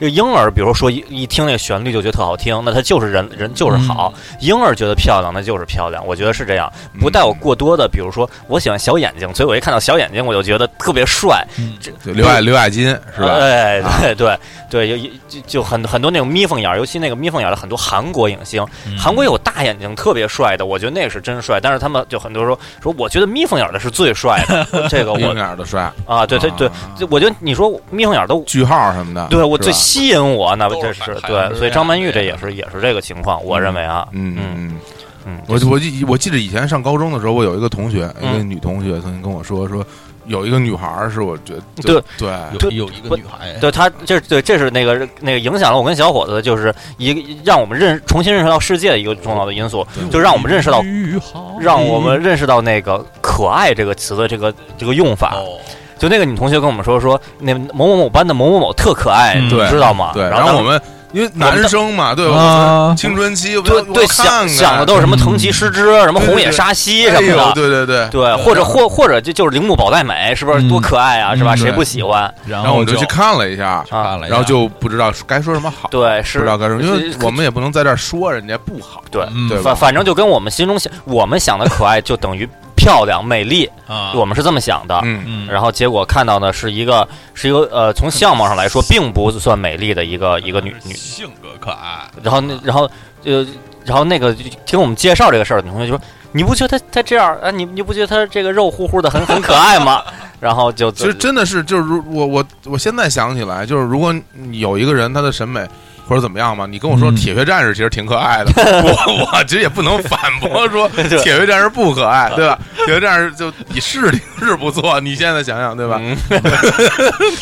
这婴儿，比如说一一听那旋律就觉得特好听，那他就是人人就是好。嗯婴儿觉得漂亮，那就是漂亮。我觉得是这样，不带有过多的，比如说我喜欢小眼睛，所以我一看到小眼睛我就觉得特别帅，嗯这对刘亚刘亚金是吧？哎，啊对对对，有一就就很很多那种眯缝眼儿，尤其那个眯缝眼儿的很多韩国影星，嗯韩国有大眼睛特别帅的，我觉得那是真帅。但是他们就很多说说，我觉得眯缝眼儿的是最帅的，这个 *laughs* 鹰我眼儿的帅，啊，对对对啊，这我觉得你说眯缝眼儿都句号什么的，对我是最吧吸引我，那都这是是反派对，所以是这张曼样玉的这也是也是这个情况，我认为啊，嗯嗯嗯嗯我我记我记得以前上高中的时候，我有一个同学，一嗯个女同学曾经跟我说说，有一个女孩儿是我觉得对对有对嗯有一个女孩，对他这对这是那个那个影响了我跟小伙子，就是一个让我们认重新认识到世界的一个重要的因嗯素，就让我们认识到余杭让我们认识到那个“可爱”这个词的这个这个用法。哦，就那个女同学跟我们说说，那某某某班的某某某特可爱，嗯你对知道吗？对，啊然然后我们因为们男的生嘛，对，我啊，青春期对我对我看想看嗯想的都是什么藤崎诗织，什么对对红野对纱希哎什么呦，的。对对 *laughs* 对。对，或者或或者就就是铃木保代美，是不是嗯多可爱啊？是吧？嗯谁对不喜欢？然然后后我就去看了一下，啊看了一下，然后就不知道该说什么好，对，不知是道该说，因为这我们也不能在这儿说人家不好，对，嗯对反吧？反正就跟我们心中想，我们想的可爱就等于漂亮、美丽，啊，我们是这么想的。嗯，嗯，然后结果看到的是一个是一个呃，从相貌上来说并不算美丽的一个一个女女性格可爱，然后那然后呃，然后那个就听我们介绍这个事儿的同学就说：“你不觉得他他这样啊？你你不觉得他这个肉乎乎的很很可爱吗？” *laughs* 然后就其实真的是，就是如我我我现在想起来，就是如果你有一个人他的审美或者怎么样嘛，你跟我说嗯铁血战士其实挺可 *laughs* 爱的，我我其实也不能反驳说对铁血战士不可爱，对吧？铁血战士就你是是不错，你现在想想对吧？嗯，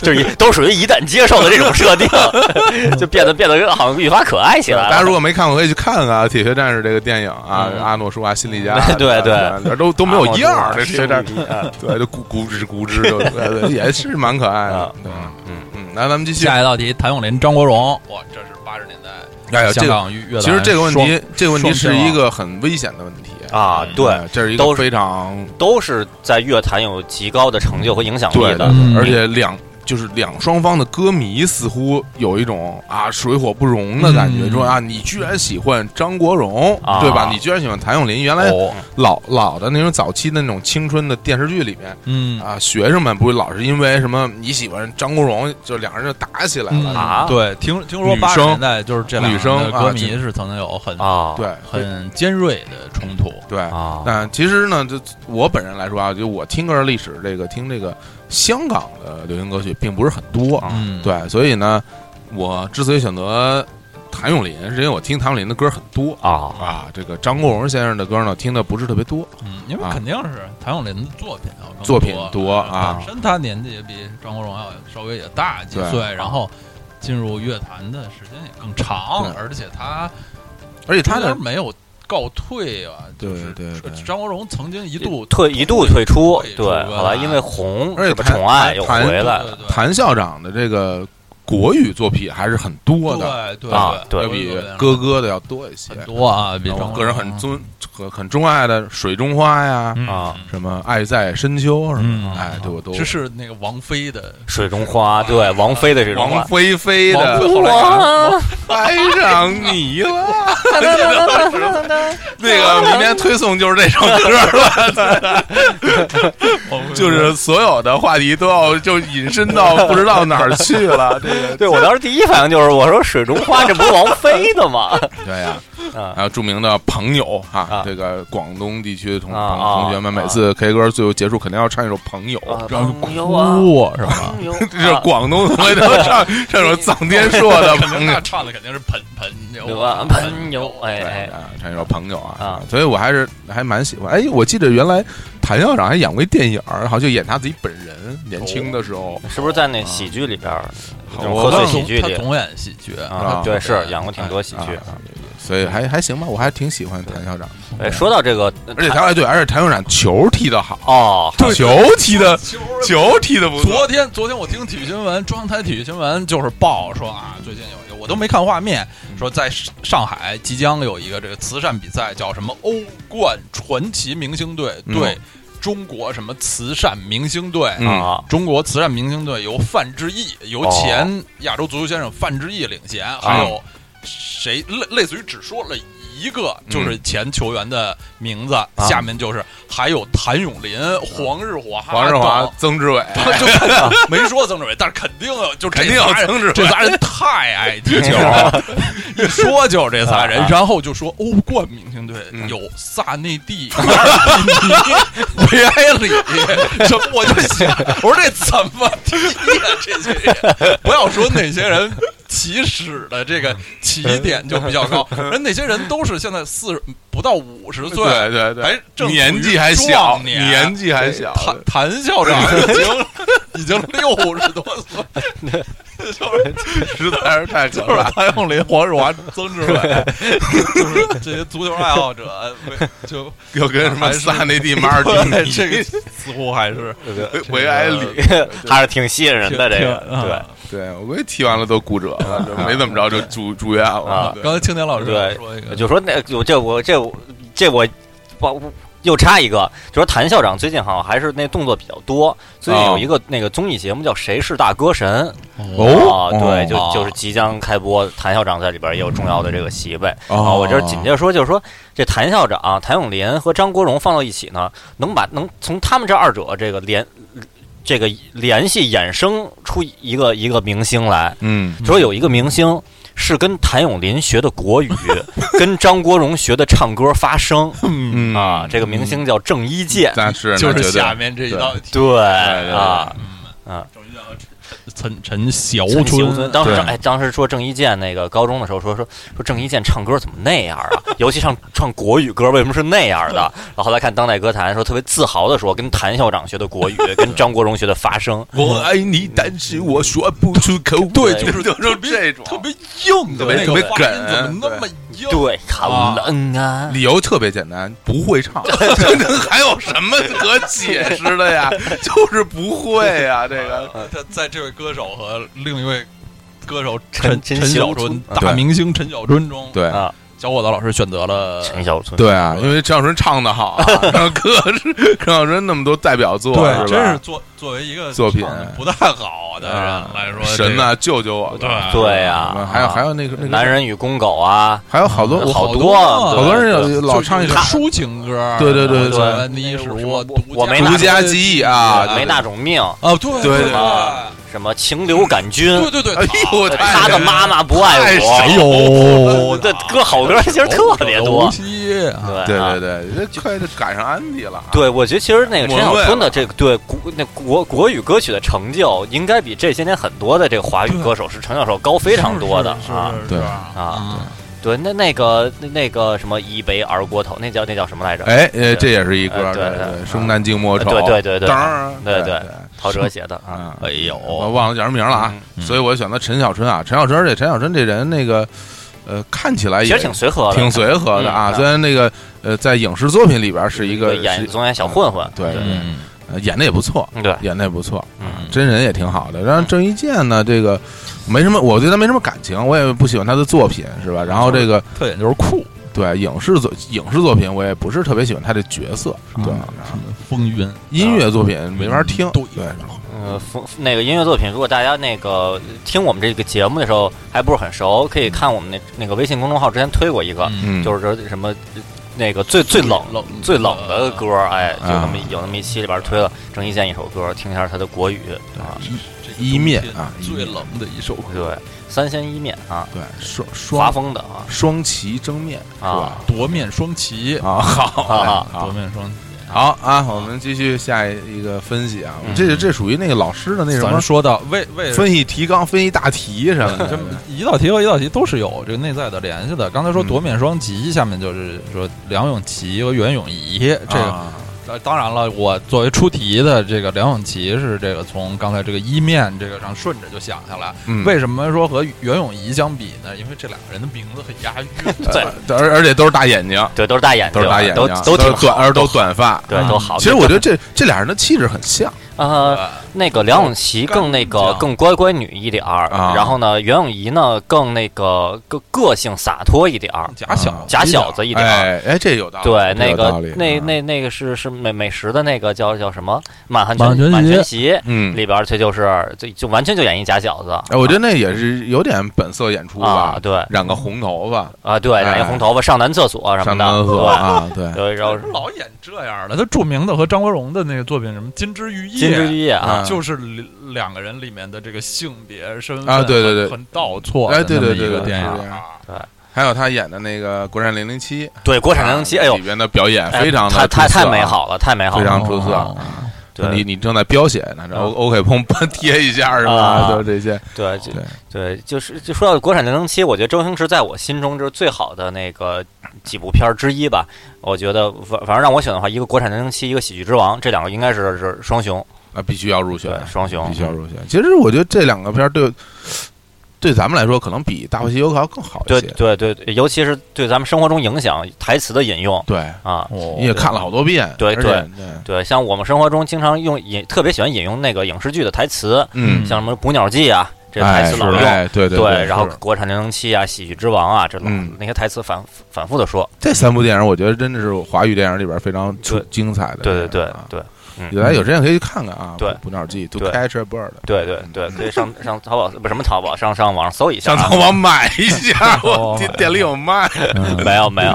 就是一都属于一旦接受的这种设定，就变得变得好像愈发可爱起来大家了。如果没看过，可以去看看啊《铁血战士》这个电影啊，嗯，阿诺舒瓦辛利加 *laughs* 对对里边都都没有一样儿嗯的的铁血战士，对，就咕咕吱咕吱，就对对也是蛮可爱的啊。对，嗯嗯，来咱们继续。下一道题，谭咏麟、张国荣，哇，这是八十年代哎呀，这香个港乐，其实这个问题，这个问题是双拼啊一个很危险的问题。啊，对，哎，这是一都个是非常都是在乐坛有极高的成就和影响对力的。嗯而且两就是两双方的歌迷似乎有一种啊水火不容的感觉，嗯说啊你居然喜欢张国荣，啊对吧？你居然喜欢谭咏麟，原来哦，老老的那种早期的那种青春的电视剧里面嗯啊，学生们不会老是因为什么你喜欢张国荣，就两人就打起来了。啊对，听听说女生八十年代就是这两女生个歌啊迷就是曾经有很啊，哎对嗯很尖锐的冲突，对。啊，但其实呢，就我本人来说啊，就我听歌的历史，这个听这个香港的流行歌曲并不是很多，啊嗯，对，所以呢，我之所以选择谭咏麟，是因为我听谭咏麟的歌很多啊，啊，这个张国荣先生的歌呢听的不是特别多，嗯，因为啊肯定是谭咏麟的作品要更作品多啊啊本，身他年纪也比张国荣要稍微也大几对啊岁，然后进入乐坛的时间也更长，对而且他而且他的中间没有告退啊，就是对对对张国荣曾经一度退一度退出，退出对，后来因为红而且是吧谭宠爱谭又回来对了，对谭校长的这个国语作品还是很多的，对对啊对要比哥哥的要多一些。很多啊，比然后张我国个人荣很尊很很钟爱的《水中花》呀，嗯啊什么《爱在深秋》什么嗯的，哎，对我都这是那个王菲的水中花，对，王菲的水中王花，菲菲王的菲后来爱上你 *laughs* 了。那个明天推送就是这首歌了， *laughs* *laughs* 王菲就是所有的话题都要就引申到不知道哪儿 *laughs* 去了。这个对我当时第一反应就是我说水中花，这不是王菲的吗？对呀，啊还有著名的朋友哈啊，这个广东地区的同啊同啊同学们，啊每次 K 歌最后结束肯定要唱一首《朋友》。然后就朋友啊，哭是吧？朋友 *laughs* 这是啊，广东同学都 *laughs* 唱这首臧天朔的朋友那。唱的肯定是朋朋啊对友嗯吧？朋友，哎对哎，啊，唱一首朋友啊啊，所以我还是还蛮喜欢。哎，我记得原来谭校长还演过一电影儿，好像就演他自己本人，年轻的时哦候是不是在那喜剧里边儿，那种哦我贺忘岁喜了剧他里总演喜剧啊，啊啊？对，是演过挺多喜啊剧。啊所以还还行吧，我还挺喜欢谭校长。哎，说到这个，而且谭哎对，而且谭校长球踢得好，哦，球踢的球球踢的不错昨。天昨天我听体育新闻，中央台体育新闻就是报说啊，最近有一个我都没看画面，说在上海即将有一个这个慈善比赛，叫什么欧冠传奇明星队嗯对中国什么慈善明星队，嗯啊， *laughs* 中国慈善明星队由范志毅，由哦前亚洲足球先生范志毅领衔，啊还有谁类类似于只说了一个嗯就是前球员的名字，啊下面就是还有谭咏麟、黄日华、黄日华等。、曾志伟， *laughs* 就没说曾志伟，但是肯定有，就这肯定有仨人曾志伟这仨人太爱踢球 *laughs* 了，一说就是这仨人啊啊，然后就说欧冠明星队嗯有萨内蒂、 *laughs* 阿尔比尼、维埃里，什么我就想，我说这怎么踢呀、这些人，不要说那些人。起始的这个起点就比较 *laughs* 高，人那些人都是现在四十不到五十岁，对对对，还正处于年纪还小，壮年年纪还小，哎谭谭校长已经已经六十多岁，就是实在是太可就怕是。谭咏麟、黄日华、曾志伟，就是这些足球爱好者，就又跟什么还是萨内蒂、马尔蒂对尼、这个似乎还是这个维维埃里，还是挺吸引人挺的这挺个啊，对我估计踢完了都骨折 *laughs* 了，就没怎么着就住住院了啊。对刚才青年老师对说一对，个，就说那我这我这我这我我我又插一个，就说谭校长最近好像还是那动作比较多，最近有一个那个综艺节目叫《谁是大歌神》啊，哦对，就哦就是即将开播，谭校长在里边也有重要的这个席位。啊，哦我这紧接着说，就是说这谭校长、谭咏麟和张国荣放到一起呢，能把能从他们这二者这个联这个联系衍生出一个一个明星来。嗯说有一个明星是跟谭咏麟学的国语， *laughs* 跟张国荣学的唱歌发声嗯啊，这个明星叫郑伊健，那是就那是绝对下面这一道题，对对啊。陈陈小陈秀春尊，当时对哎，当时说郑伊健那个高中的时候说说说郑伊健唱歌怎么那样啊？ *laughs* 尤其唱唱国语歌，为什么是那样的？然后后来看当代歌坛，说特别自豪的说，跟谭校长学的国语，跟张国荣学的发声。我爱你，但是我说不出口。对，对就是就是这种特别硬的特别那个特别发音梗怎么那么硬？对，好冷啊！理由特别简单，不会 *laughs* 唱，还有什么可解释的 *laughs* 呀？就是不会呀，这个他在这位歌手和另一位歌手陈陈啊陈小春小春大明星陈小春中，对啊小伙子老师选择了陈小春，对啊，因为陈小春唱的 *laughs* 好啊，然后歌是陈小春那么多代表作，对，是真是吧？作作为一个作品唱得不太好的人来说，神呐，救救我这吧！个，对对呀，啊还有还有那个那个男人与公狗啊，还有好多好好多啊好多人对有老唱一首就是抒情歌，对对对什对么你是我我没拿独家记忆啊，没那种命，啊，对对对哎啊什么情流感菌，对对对，哎操呦，太他的妈妈不爱我，太哦哎呦，这歌好歌其实特别多无，锡啊对对啊对对， *laughs* 这快赶上安迪了啊，对，我觉得其实那个陈莫小问春的这个对国那国国语歌曲的成就，应该比这些年很多的这个华语对歌手是成就手高非常多的是是啊是是对嗯啊！嗯对，那那个那那个什么一杯二锅头，那叫那叫什么来着？哎，呃，这也是一歌，呃对对对，生旦净末丑，对对对对当然，啊对对对陶喆写的啊啊，哎呦，我忘了叫什么名了啊，嗯所以我选择陈小春啊，陈小春，而且陈小春这人那个，呃，看起来其也实挺随和的，挺随和的啊，嗯虽然那个呃，在影视作品里边是一个演是综艺小混混，对对嗯呃演的也不错，嗯对，演的也不错，嗯真人也挺好的。然后郑伊健呢，这个没什么，我对他没什么感情，我也不喜欢他的作品，是吧？然后这个特点就是酷，对影视作影视作品，我也不是特别喜欢他的角色，对。嗯然什后么风云，嗯音乐作品没法听，对对，呃，风那个音乐作品，如果大家那个听我们这个节目的时候还不是很熟，可以看我们那那个微信公众号之前推过一个，嗯，就是说什么呃那个最最冷冷最冷的歌，哎，就那啊么有那么一期里边推了郑伊健一首歌，听一下他的国语啊，一面啊最冷的一首歌，对，三鲜一面啊，对双华双丰的啊双旗争面 *laughs* 是吧？夺面双旗，啊，好嘞啊夺好面双旗。 *laughs* 好啊，我们继续下一个分析啊嗯，这这属于那个老师的那什咱么说到为为分析提纲、分析大题什么这的么，一道题和一道题都是有这个内在的联系的。刚才说夺面双旗，下面就是说梁咏琪和袁咏仪。这个、啊呃当然了，我作为出题的这个梁咏琪是这个从刚才这个一面这个上顺着就想下来。嗯为什么说和袁咏仪相比呢？因为这两个人的名字很押韵。对呃而而且都是大眼睛， *laughs* 对，都是大眼都睛，啊是大眼睛，都都挺短，好，而都短发。啊对，嗯都好。其实我觉得这这俩人的气质很像，啊，呃那个梁咏琪更那个干更乖乖女一点儿，啊然后呢，袁咏仪呢更那个个个性洒脱一点儿， *laughs* 假小啊子假小子一点儿。哎哎，这有道理，对，这那有个道理那啊那那个是是美美食的那个叫叫什么《满汉满全汉全席满全席》嗯，里边儿，这就是就就完全就演一假小子。哎，我觉得那也是有点本色演出啊吧，，对染个红头发，啊，对，染一红头发上男厕所什么上南的，河啊， *laughs* 对对，对，然后不是老演这样的，他著名的和张国荣的那个作品，什么《金枝玉叶》，金枝玉叶啊，啊就是两两个人里面的这个性别身份啊对对对很很倒错的哎，对对对那么一对，个对电是这影，啊样对还有他演的那个《国产零零七》，啊对，国产零零七，哎呦里，边的表演哎非常的太太出色啊太美，好了，太美好非了，常出色啊哦你对你正在飙血呢，这啊 O K 碰碰 *laughs* 贴一下是吧？啊就这些，对，就对对，就是就说到国产零零七，我觉得周星驰在我心中就是最好的那个几部片儿之一吧。我觉得反反正让我选的话，一个国产零零七，一个喜剧之王，这两个应该是是双雄，那必须要入选对，，双雄必须要入选。其实我觉得这两个片儿对对咱们来说，可能比《大话西游》要更好一对些。对对，对尤其是对咱们生活中影响台词的引用对，啊，哦你也看了好多遍，对而且对对，嗯对，像我们生活中经常用引，特别喜欢引用那个影视剧的台词，嗯，像什么《捕鸟记》啊，这台词哎老是用。哎对对对，然后是国产零零七啊，喜剧之王啊，这老、嗯那些台词反反复的说，这三部电影，我觉得真的是华语电影里边非常出对精彩的电对对影啊。对对有大家有时间可以去看看啊，对《捕鸟记》《To 对 Catch a Bird》，对对对，可以 *laughs* 上上淘宝不是什么淘宝，上上网上搜一下、上啊。 *laughs* 淘宝买一下，我哦店店里有卖嗯 *laughs* 没有没有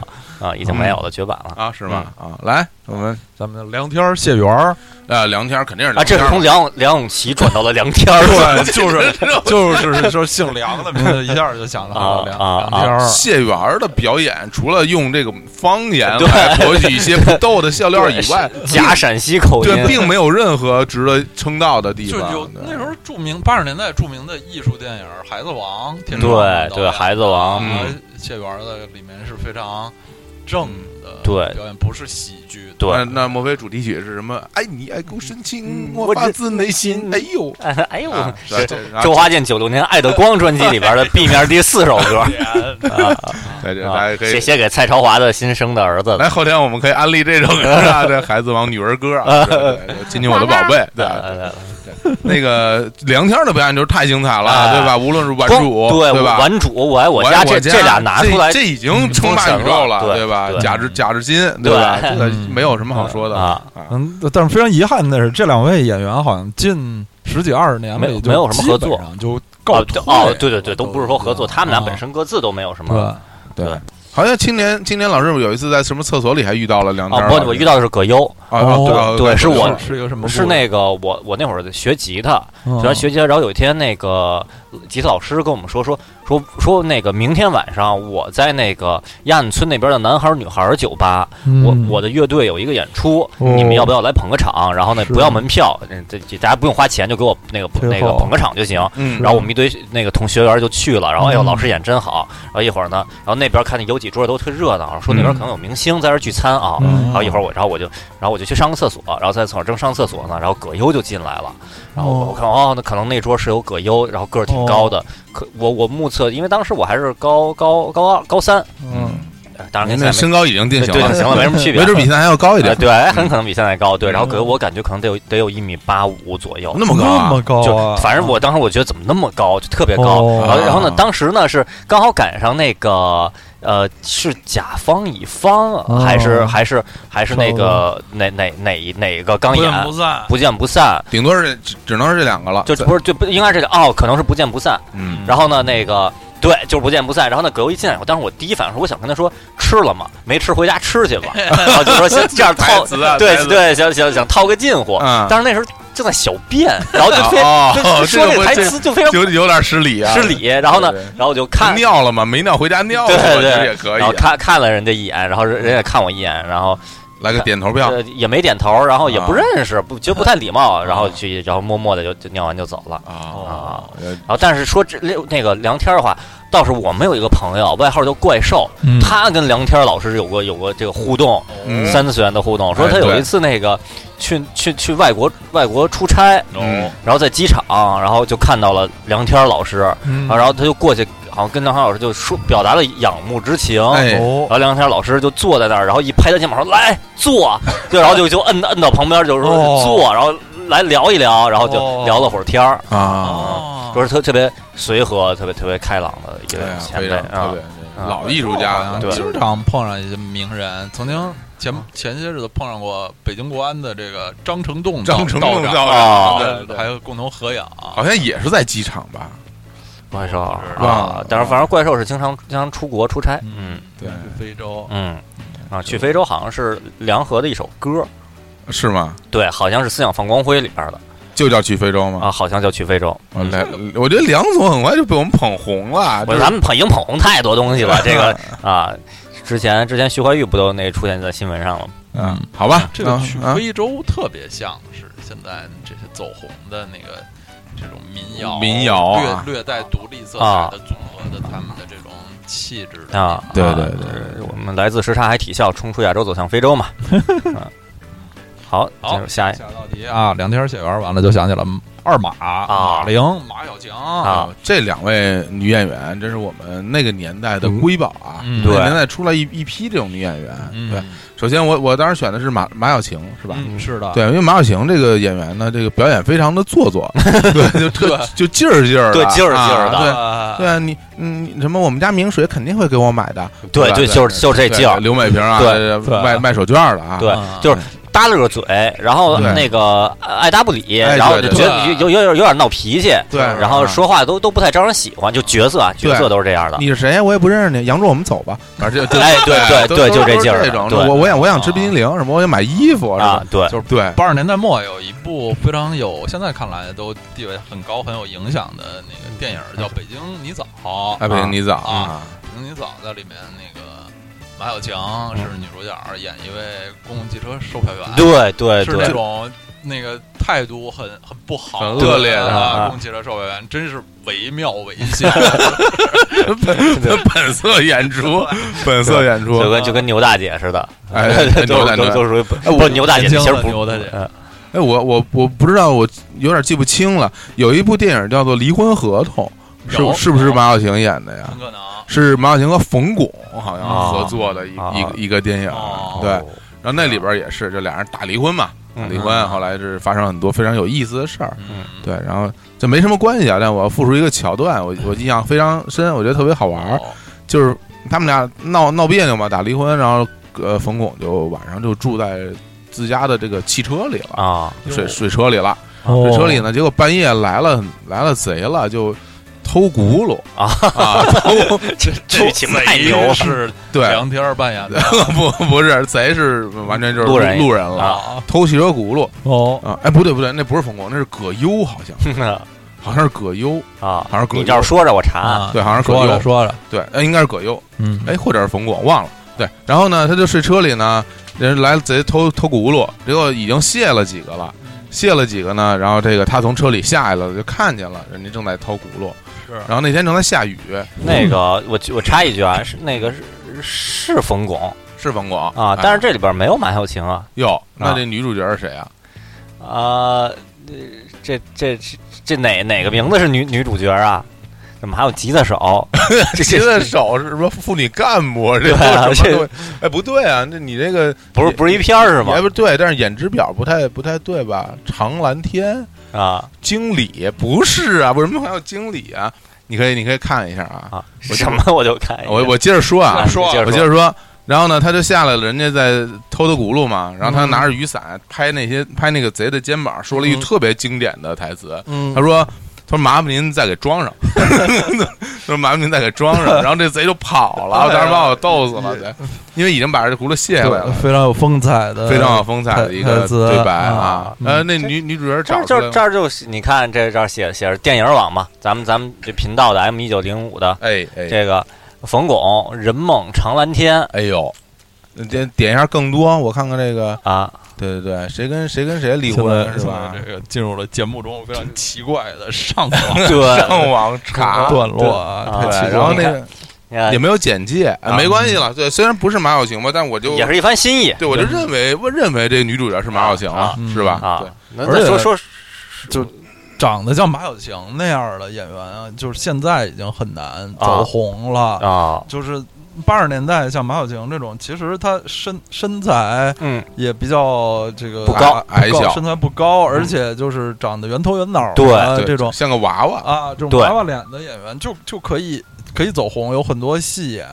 啊，已经没有了，绝版了啊，是吗？嗯啊，来，我们咱们梁天儿、谢元 *laughs* 儿，啊梁天儿肯定是啊！这是梁天从儿梁梁咏琪转到了梁天儿对， *laughs* 就是就是说姓梁的名字，一下就想到了梁啊梁啊天儿。谢元儿的表演，除了用这个方 *laughs* 言来博取一些不逗的笑料以外，假陕西口音对，，并没有任何值得称道的地就方。有对那时候著名八十年代著名的艺术电影《孩子王》，天之对对，孩孩子王，嗯和啊谢元儿的里面是非常正的对表演，不是喜剧的。对那那莫非主题曲是什么？爱你爱够深嗯情，我我发这自内心。哎呦，哎哎呦，啊这这这周华健九六年《爱的光》专辑里 *laughs* 边的 B 面第四首歌啊，对对，大啊家可以写写给蔡朝华的新生的儿子的来后天我们可以安 *laughs* 利这首歌啊，这《孩子王女儿歌》啊，对对对亲亲我的宝贝，*laughs* 对，呃呃那个梁天儿的表演就是太精彩了，哎对吧？无论是玩光主，对对吧？玩主我爱我我家爱这我这俩拿出来这已经称霸宇宙了，嗯对吧？对贾志贾志新，对吧？对这个嗯没有什么好说的啊，嗯，但是非常遗憾的是，这两位演员好像近十几二十年没了，有也就没有什么合作基本上就告退哦哦，对对对，都我不是说合作，觉得他们俩本啊身各自都没有什么。啊对对。好像青年青年老师有一次在什么厕所里还遇到了梁天哦，儿老师，不，我遇到的是葛优，啊啊对啊哦对是我是一个什么是那个我我那会儿学吉他，主嗯主要学吉他，然后有一天那个吉他老师跟我们说说说说那个明天晚上我在那个亚运村那边的男孩儿女孩儿酒吧，我嗯我的乐队有一个演出，哦你们要不要来捧个场？然后呢是不要门票，嗯这这大家不用花钱，就给我那个最后那个捧个场就行。嗯，然后我们一堆那个同学员就去了，然后哎呦，嗯老师演真好。然后一会儿呢，然后那边看见有几桌都特热闹，说那边可能有明星在这儿聚餐啊。嗯然后一会儿我，然后我就，然后我就去上个厕所，然后在厕所正上厕所呢，然后葛优就进来了。然后我哦我看哦，那可能那桌是有葛优，然后个儿挺高的。可我我目测，因为当时我还是高高高二高三，嗯呃当然您跟现在那身高已经定没型对了，对行了，没什么区别。没准比现在还要高一呃点，嗯对，很可能比现在高。对，然后嗯葛优我感觉可能得有得有一米八五左右。那么高那啊么高就啊，反正我当时我觉得怎么那么高，就特别高。哦然后然后呢啊，当时呢是刚好赶上那个呃，是甲方乙方还哦是还是还是那个哪哪哪哪个刚不演见不散，不见不散，顶多是只只能是这两个了，就哦对不是就不应该是这个哦，可能是不见不散。嗯然后呢，那个对，就是不见不散。然后呢，葛优一进来以后，当时我第一反应是我想跟他说吃了吗？没吃，回家吃 *laughs* 去吧。然后就说先这样台套，词 *laughs* 啊对台词对，想想想套个近乎。嗯但是那时候正在小便，然后就 *laughs* 非哦就哦就说这这我台这词就非常有有点失礼啊，失礼。然后呢对，然后我就看，尿了吗？没尿回家尿了，对对我觉得也可以然后。看看了人家一眼，然后人人也看我一眼，然后来个点头票，呃也没点头，然后也不啊认识，不觉得不太礼貌，然后去然后默默的就就尿完就走了。啊啊，呃然后但是说这那个梁天儿的话，倒是我们有一个朋友，外号叫怪兽，嗯他跟梁天儿老师有过有过这个互动，嗯三次元的互动，说哎他有对一次那个去去去外国外国出差，嗯然后在机场，然后就看到了梁天儿老师，嗯啊，然后他就过去，好像跟梁天老师就说表达了仰慕之情。哎然哦后梁天老师就 *laughs* 坐在那儿，然后一拍他肩膀说：“来坐。”对，然后就就摁摁到旁边，就是说哦坐。然后来聊一聊，然后就哦聊了会儿天儿，啊，说是特特别随和、特别特别开朗的一对位哎呀，前非辈常啊特。别嗯老艺术家啊，对啊经常碰上一些名人。曾经前前些日子碰上过北京国安的这个张成栋道，张成道栋长道啊长，对呃对对还有共同合影，好好像也是在机场吧？怪兽不知道啊，但是反正怪兽是经常经常出国出差，嗯对，非洲嗯，啊，去非洲好像是梁河的一首歌，是吗？对，好像是《思想放光辉》里边的就叫去非洲吗？啊，好像叫去非洲。啊，来，我觉得梁总很快就被我们捧红了，我就说是咱们捧已经捧红太多东西 *laughs* 了，这个啊，之前之前徐怀钰不都那出现在新闻上了吗？嗯，好吧，这个啊去啊非洲特别像是现在这些走红的那个这种民谣，民谣啊略略带独立色彩的综合的他们的这种气质的啊，对啊对对呃我们来自什刹海体校，冲出亚洲走向非洲 *laughs* 嘛。啊好，好进入下一下道题啊，两天血缘完了就想起了二马马玲、马小强啊，这两位女演员，真是我们那个年代的瑰宝啊！嗯那个对年代出来一一批这种女演员。嗯，对，首先我我当时选的是马马小晴，是吧？嗯，是的，对，因为马小晴这个演员呢，这个表演非常的做作， *laughs* 对，就 *laughs* 特就劲儿劲儿的，对劲儿劲儿的啊啊对对啊，你嗯什么，我们家明水肯定会给我买的，对吧对，就是就是这对劲儿，刘美萍啊，对这对卖卖手绢的啊，对啊，就是耷拉着嘴，然后对那个爱搭不理，哎然后对就对觉得对有有有有点闹脾气，对然后说话都都不太招人喜欢，就角色啊，角色都是这样的。你是谁呀？我也不认识你。杨柱，我们 *laughs* 走吧。反 *laughs* 正就哎，对都对，都就都是劲儿这种的，我对我想我想吃冰激凌，什么我想买衣服，是吧啊？，对，就是对，八十年代末有一部非常有，现在看来都地位很高、很有影响的那个电影叫《北京泥枣》。哎爱北京泥枣啊，北京泥枣》在里面那个马小强是女主角，演一位公共汽车售票员，对对是那对，种那个态度很很不好、很恶劣的啊啊公共汽车售票员真是惟妙惟 *laughs* 肖。 *laughs* 本本色演出，本色演出就。跟就跟牛大姐似的，哎 *laughs* 都牛大姐都都属于不哎我不牛大姐，年其轻实的不牛大姐嗯哎，我我我不知道，我有点记不清了。有一部电影叫做《离婚合同》，有是是不是马小晴演的呀很？可能是马小晴和冯巩好像哦合作的一哦一个一个电影啊哦，对。然后那里边也是，就俩人打离婚嘛，打嗯离婚，后来是发生很多非常有意思的事儿。嗯，对，然后这没什么关系啊，但我要复述一个桥段，我我印象非常深，我觉得特别好玩儿，哦就是他们俩闹闹别扭嘛，打离婚，然后呃，冯巩就晚上就住在自家的这个汽车里了，啊，水哟水车里了，哦水车里呢，结果半夜来了来了贼了，就偷轱辘啊啊， *laughs* 偷这剧情太牛了，是对，梁天儿扮演的 *laughs* 不不是贼是完全就是路人路人了，啊偷汽车轱辘哦啊，哎不对不对，那不是冯巩，那是葛优好像好像是葛优， *laughs* 啊好像是葛你优，要是说着我查，啊对，好像是葛啊说优着，说着，对，哎，应该是葛优，嗯，哎，或者是冯巩，忘了。对，然后呢，他就睡车里呢，人来贼偷偷轱辘，结果已经卸了几个了，卸了几个呢，然后这个他从车里下来了，就看见了人家正在偷轱辘，是然后那天正在下雨，那个我我插一句啊，是那个是是冯巩是冯哎巩啊，但是这里边没有马小晴啊，哟、那这女主角是谁 *laughs* 啊？啊，这这这这哪哪个名字是女女主角啊？怎么还有吉他手？这这这的手是什么妇女干部？这都对啊是什这么东西？哎，不对啊，那你这个不是不是一片儿是吗哎，？不对，但是演职表不太不太对吧？常蓝天啊经理不是啊？为什么还有经理啊？你可以你可以看一下啊，啊！我什么我就看一眼我我接着说啊啊，你接着我接哎说着说。然后呢，他就下来了，人家在偷偷轱辘嘛，然嗯后他拿着雨伞拍那些拍那个贼的肩膀，说了一句嗯特别经典的台词，嗯他说。他说：“麻烦您再给装上。”他说：“麻烦您再给 *laughs* 装上。”然后这贼就跑了，当时把我逗死了，对，因为已经把这轱辘卸下来了，非常有风采的，非常有风采的一台个台词对白啊。嗯呃，那女女主角这找儿出这来儿这了，儿就是你看这这儿写写着电影网嘛，咱们咱们这频道的 M 一九零五的哎哎这个冯巩人梦长蓝天哎呦，点点一下更多，我看看这个， *laughs* 啊，对对对，谁跟谁跟谁离现婚在是吧？这个进入了节目中非常奇怪的 *laughs* 上网对，上网查段落啊，啊太对奇怪了然后那个你看也没有简介，哎啊没关系了。对，虽然不是马小晴吧，但我就也是一番新意对我就认为我认为这女主角是马小晴了啊，是吧？啊对，。那而且那说说就长得像马小啊晴那样的演员啊，就是现在已经很难走红了，啊就是八十年代像马小晴这种，其实她身身材嗯，也比较这个不高矮小身材不高，而且就是长得圆头圆脑儿对啊对这种像个娃娃，啊，这种对娃娃脸的演员就就可以可以走红，有很多戏演。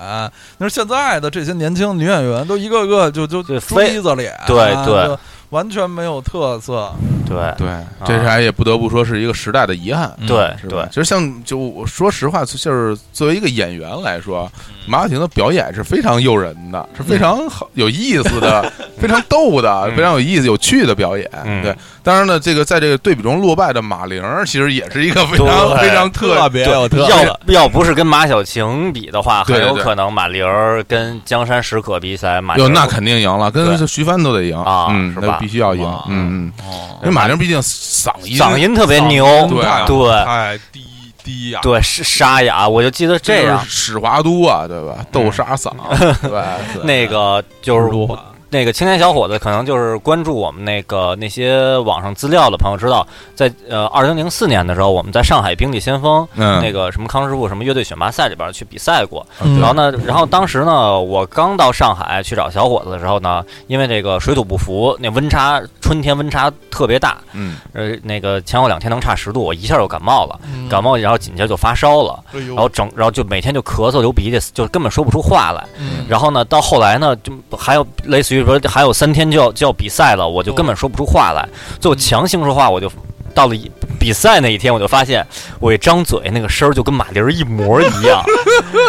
你说现在的这些年轻女演员都一个个就就对锥子脸，对啊对，就完全没有特色。嗯对对，这是还也不得不说是一个时代的遗憾。嗯对是吧对，其实像就我说实话，就是作为一个演员来说，嗯马小婷的表演是非常诱人的，是非常好有意思 *laughs* 的，非常逗的，嗯非常有意思、有趣的表演。嗯对，当然呢，这个在这个对比中落败的马玲儿，其实也是一个非常对哎非常特特别有哎特色，要要不是跟马小晴比的话，对很对有对可能马玲儿跟江山史可比起来，马玲哟，儿那肯定赢了，跟对徐帆都得赢啊嗯，是那吧啊必须要赢哇，嗯嗯，哦因为马玲毕竟嗓音嗓音特别牛，对啊对太低低呀、对是沙哑，我就记得这样嗯就是。史华都啊，对吧？豆 *laughs* 沙嗓，对对，那个就耳是朵那个青年小伙子，可能就是关注我们那个那些网上资料的朋友知道，在呃二零零四年的时候，我们在上海兵力先锋嗯，那个什么康师傅什么乐队选拔赛里边去比赛过。嗯然后呢，然后当时呢，我刚到上海去找小伙子的时候呢，因为这个水土不服，那温差春天温差特别大，嗯，呃，那个前后两天能差十度，我一下就感冒了，嗯感冒然后紧接着就发烧嗯了，哎呦然后整然后就每天就咳嗽流鼻涕，就根本说不出话来。嗯然后呢，到后来呢，就还有类似于说还有三天就要就要比赛了，我就根本说不出话来，最后强行说话，我就到了一比赛那一天，我就发现我一张嘴那个声儿就跟马玲儿一模一样，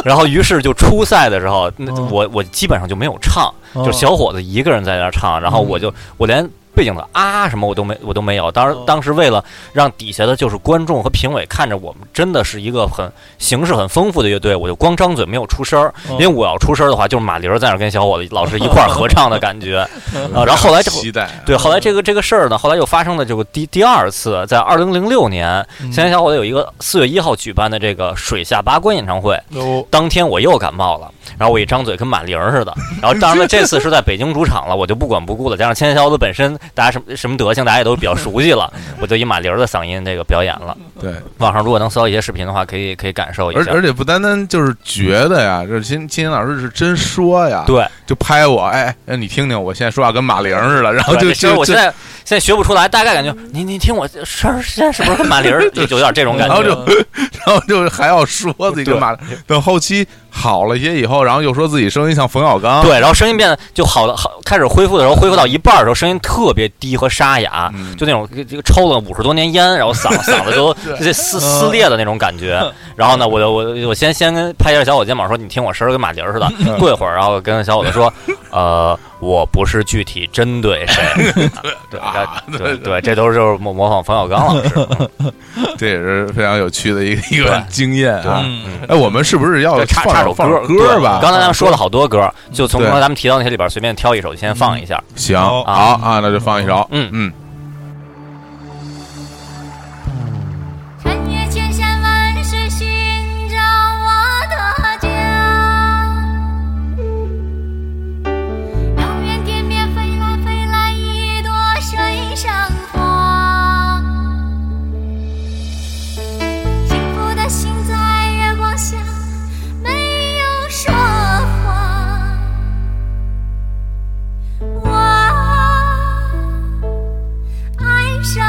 然后于是就初赛的时候，那嗯我我基本上就没有唱，哦就小伙子一个人在那儿唱，然后我就我连。背景的啊什么我都没我都没有，当时哦当时为了让底下的就是观众和评委看着我们真的是一个很形式很丰富的乐队，我就光张嘴没有出声儿，哦哦因为我要出声儿的话，就是马玲儿在那儿跟小伙子老师一块儿合唱的感 *laughs* 觉嗯啊。然后后来这期待，对，后来这个这个事儿呢，后来又发生了这个第第二次，在二零零六年，嗯青年小伙子有一个四月一号举办的这个水下八关演唱会，哦当天我又感冒了，然后我一张嘴跟马玲儿似的， *laughs* 然后当然了，这次是在北京主场了，我就不管不顾了，加上青年小伙子本身大家什么什么德行，大家也都比较熟悉了，我就以马玲儿的嗓音这个表演了。嗯对，网上如果能搜到一些视频的话，可以可以感受一而下。而且不单单就是觉得呀，这金金岩老师是真说呀，，对，就拍我，哎，让你听听，我现在说话跟马玲似的，然后 *laughs* 对哦就其实就我就现，在现在学不出来，大概感觉您您听我这声儿现在是不是跟马玲儿就有点这种感然后觉？就然后就还要说自己跟马，等后期好了些以后，然后又说自己声音像冯小刚，对，然后声音变得就好了，好开始恢复的时候，恢复到一半儿的时候，声音特别低和沙哑，嗯，就那种这个抽了五十多年烟，然后嗓嗓子都这撕撕裂的那种感嗯觉。 *laughs* 然后呢，我就我我先先跟拍一下小伙肩膀说：“你听我声儿跟马玲儿似的。”嗯过一会儿，然后跟小伙子说：“呃，我不是具体针对谁。对” *laughs* 啊对对对，这都是就是模模仿冯小刚老 *laughs* 师。这也是非常有趣的一个一个对经验啊。嗯哎，我们是不是要就插放插首放歌歌吧？嗯刚才咱们说了好多歌，就从对刚才咱们提到那些里边随便挑一首，先放一下。行，好好啊，那就放一首，嗯嗯，穿越千山万水，寻找我的家。遥远天边飞来飞来一朵水生花，幸福的心在月光下没有说话。我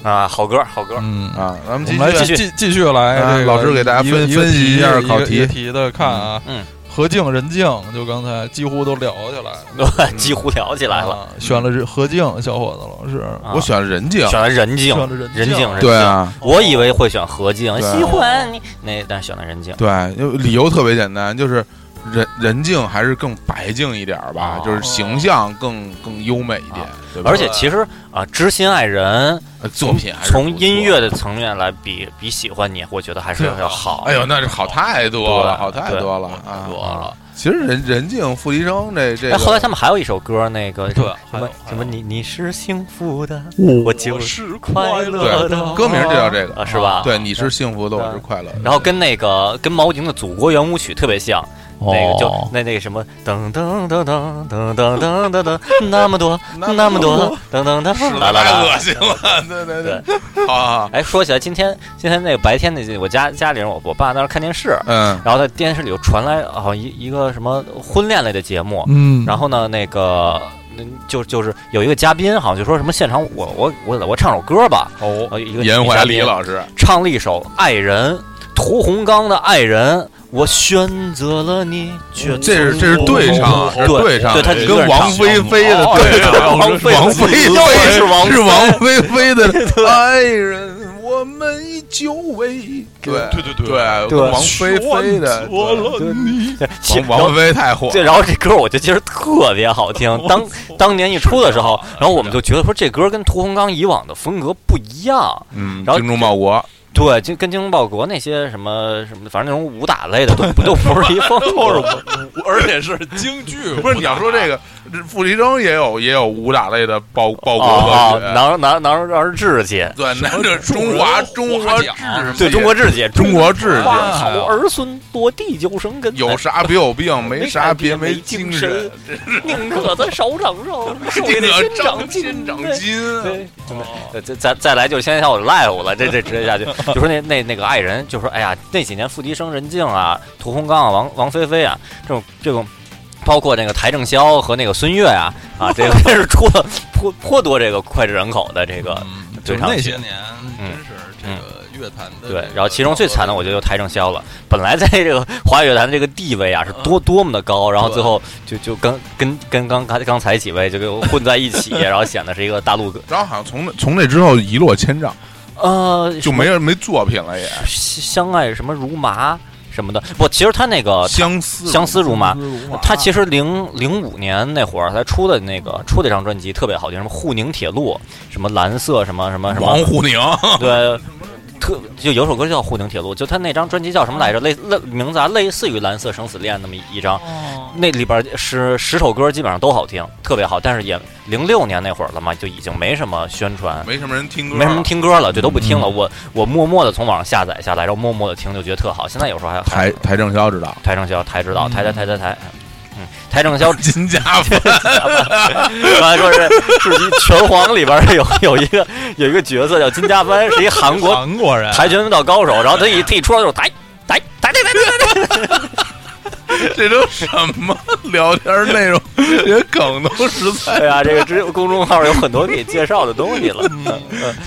啊啊，好歌好歌，嗯，啊，咱们我继们来续继继继续来啊这个老师给大家一个分一个分析一下一个考一个题一个题的看啊，嗯嗯，何静人静，就刚才几乎都聊起来了，*laughs* 嗯几乎聊起来了。啊选了这何静小伙子老师，啊嗯我选人静，选了任静，选了任静哦任静，任对静啊，我以为会选何静，对啊喜欢你那，但选了任静。对，因为理由特别简单，就是人人静还是更白净一点儿吧，哦就是形象更更优美一点啊，对吧而且其实啊，知心爱人呃作品还是从不错音乐的层面来比，比喜欢你，我觉得还是要好。哎呦，那是好太多了，对好太对多了太啊！多了，其实人人静付笛声这这哎，个，后来他们还有一首歌，那个对什还有么还有什么你你是幸福的，我就是快乐的对，歌名就叫这个，啊，是吧？。对，你是幸福的，我是快乐的。然后跟那个跟毛不婷的《祖国圆舞曲》特别像，那个就那那个什么噔噔噔噔噔噔噔噔噔，那么多那么多噔噔是噔，的来来 *laughs* 太恶来。心了，对对对，好好，好哎，说起来，今天今天那个白天那我家家里人，我我爸当时看电视，嗯，然后在电视里又传来好像、一一个什么婚恋类的节目，嗯，然后呢，那个嗯就就是有一个嘉宾好像就说什么现场我我我我唱首歌吧，哦，呃一个严女怀嘉礼宾老师，唱了一首《爱人》，屠洪刚的《爱人》，我选择了你，却嗯这是错这是过对唱啊，对这是对唱啊，对他一个跟人王唱菲菲的哦对对唱，王菲王菲对对是王菲是王菲菲的爱人，我们已久违，对对对对对，跟对王菲菲的选择了对你，其王王然后菲太火，对，然后这歌我就记得特别好听。 *laughs* 当当年一出的时候，然后我们就觉得说这歌跟屠洪刚以往的风格不一样，嗯，然后精忠报国，对，就跟精忠报国那些什么什么，反正那种武打类 *laughs* 的都不都不是一风格。而且是京剧，不是你要说这个，这傅立征也有也有武打类的报啊报国歌啊，曲，拿拿拿让人志气，对，那是中华中华志气，哦对中国志气，中国志气哎花好儿孙落地九生根，有啥别有病，没啥别没精精神，宁可咱少长 *laughs* 肉，受这得个心长长筋。长对筋啊，对，真的，呃再再再来就先下我 live 了，这这直接 *laughs* 下去，就说那那那个爱人，就说哎呀，那几年付笛声、任静啊、屠洪刚啊、王王菲菲啊，这种这种，包括那个邰正宵和那个孙悦啊，啊，这个 *laughs* 真是出了颇颇多这个脍炙人口的这个，嗯，就对是唱那戏些年，真嗯是这个乐坛的这个对，然后其中最惨的我觉得就邰正宵了，本来在这个华语乐坛的这个地位啊是多多么的高，然后最后就就跟跟跟刚刚刚才几位就给我混在一 *laughs* 起，然后显得是一个大陆哥，然后好像从那从那之后一落千丈，呃，就没人没作品了也，相爱什么如麻什么的，不，其实哦他那个相思相思如麻。他其实实零零五年那会儿，他出的那个出的一张专辑特别好听，什么沪宁铁路，什么蓝色，什么什么什么王，*laughs* 沪宁，对，特就有首歌叫《沪宁铁路》，就他那张专辑叫什么来着？类类名字啊，类似于《蓝色生死恋》那么一张，那里边是十首歌基本上都好听，特别好，但是也零六年那会儿了嘛，就已经没什么宣传，没什么人听歌，没什么听歌了，就都不听了。我我默默的从网上下载下来，然后默默的听，就觉得特好。现在有时候还台还台正宵知道，台正宵、台指导、嗯台台台台台，嗯，台正宵 *laughs* *laughs* 金家饭刚才说是是一拳皇里边儿有有一个有一个角色叫金家班，是一韩国韩国人，跆拳道高手，然后他一他一出来就是台台台台台台台，这都什么聊天内容， *laughs* 这些梗都实 *laughs* 在，对啊，这个只有公众号有很多可以介绍的东西了，嗯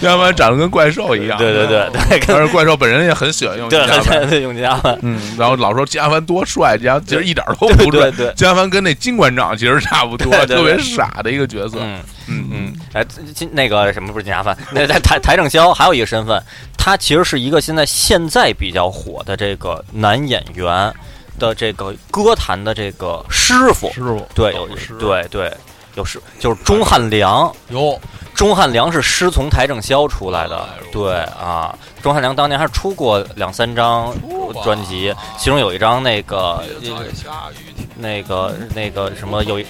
要不然长得跟怪兽一样，嗯对对对对，跟但是怪兽本人也很喜欢用金对家对饭，对对，永嘉班，嗯，然后老说金家帆多帅，金家其实一点都对不对，帅对，金家帆跟那金馆长其实差不多， *laughs* 对对对特别傻的一个角色，嗯。嗯嗯，哎，金那个什么不是金家范，那台台台正宵还有一个身份，他其实是一个现在现在比较火的这个男演员的这个歌坛的这个师傅，师傅，对，有老师，对对，有师就是钟汉良，哟，钟汉良是师从台正宵出来的哎呦，对啊，钟汉良当年还出过两三张出吧专辑，其中有一张那个下雨天那个那个什么有一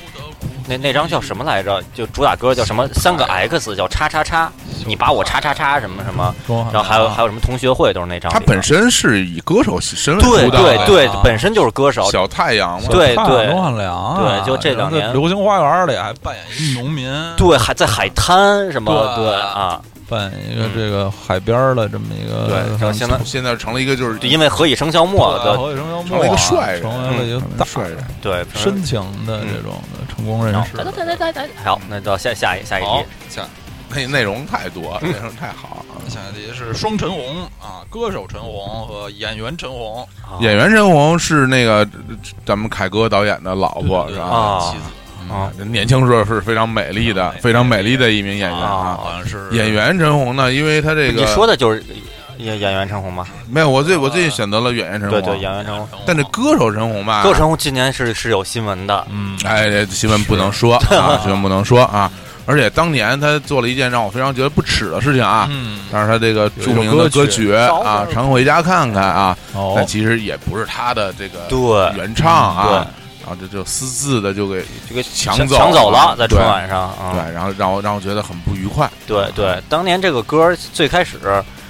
那那张叫什么来着？就主打歌叫什么？三个 X 叫叉叉叉，你把我叉叉叉什么什么，嗯然后还啊有还有什么同学会都是那张里他边。本身是以歌手身份对出道的，对对啊，本身就是歌手，小太阳嘛，对对钟汉良啊，对就这两年然后在流星花园里还扮演一农民，对还在海滩什么对对啊，扮演一个这个海边儿的这么一个，对然后现在现在成了一个就是就因为何以笙箫默对的何以笙箫默成了一个帅人成为了一个大帅人，对深情的这种的成功人然后士。好，那到下下一下一下一好题，那内容太多，内容太好，想起来是双陈红啊，歌手陈红和演员陈红，演员陈红是那个呃咱们凯歌导演的老婆对是对对吧？啊妻子嗯啊年轻时候是非常美丽的啊，非常美丽的一名演员啊，啊。好像是演员陈红呢，因为他这个你说的就是呃演演员陈红吧？没有，我最我最近选择了啊演员陈对对，红，演员陈红。啊但这歌手陈红吧，窦陈红今年是是有新闻的，嗯，哎，这新闻不能说啊，新闻不能说啊。而且当年他做了一件让我非常觉得不耻的事情啊，嗯，但是他这个著名的歌曲啊，《常回家看看》啊，哦但，其实也不是他的这个对，原唱对啊，然后这就私自的就给这个抢抢走走了了，在对春晚上啊，对，然后让我让我觉得很不愉快。对对，当年这个歌儿最开始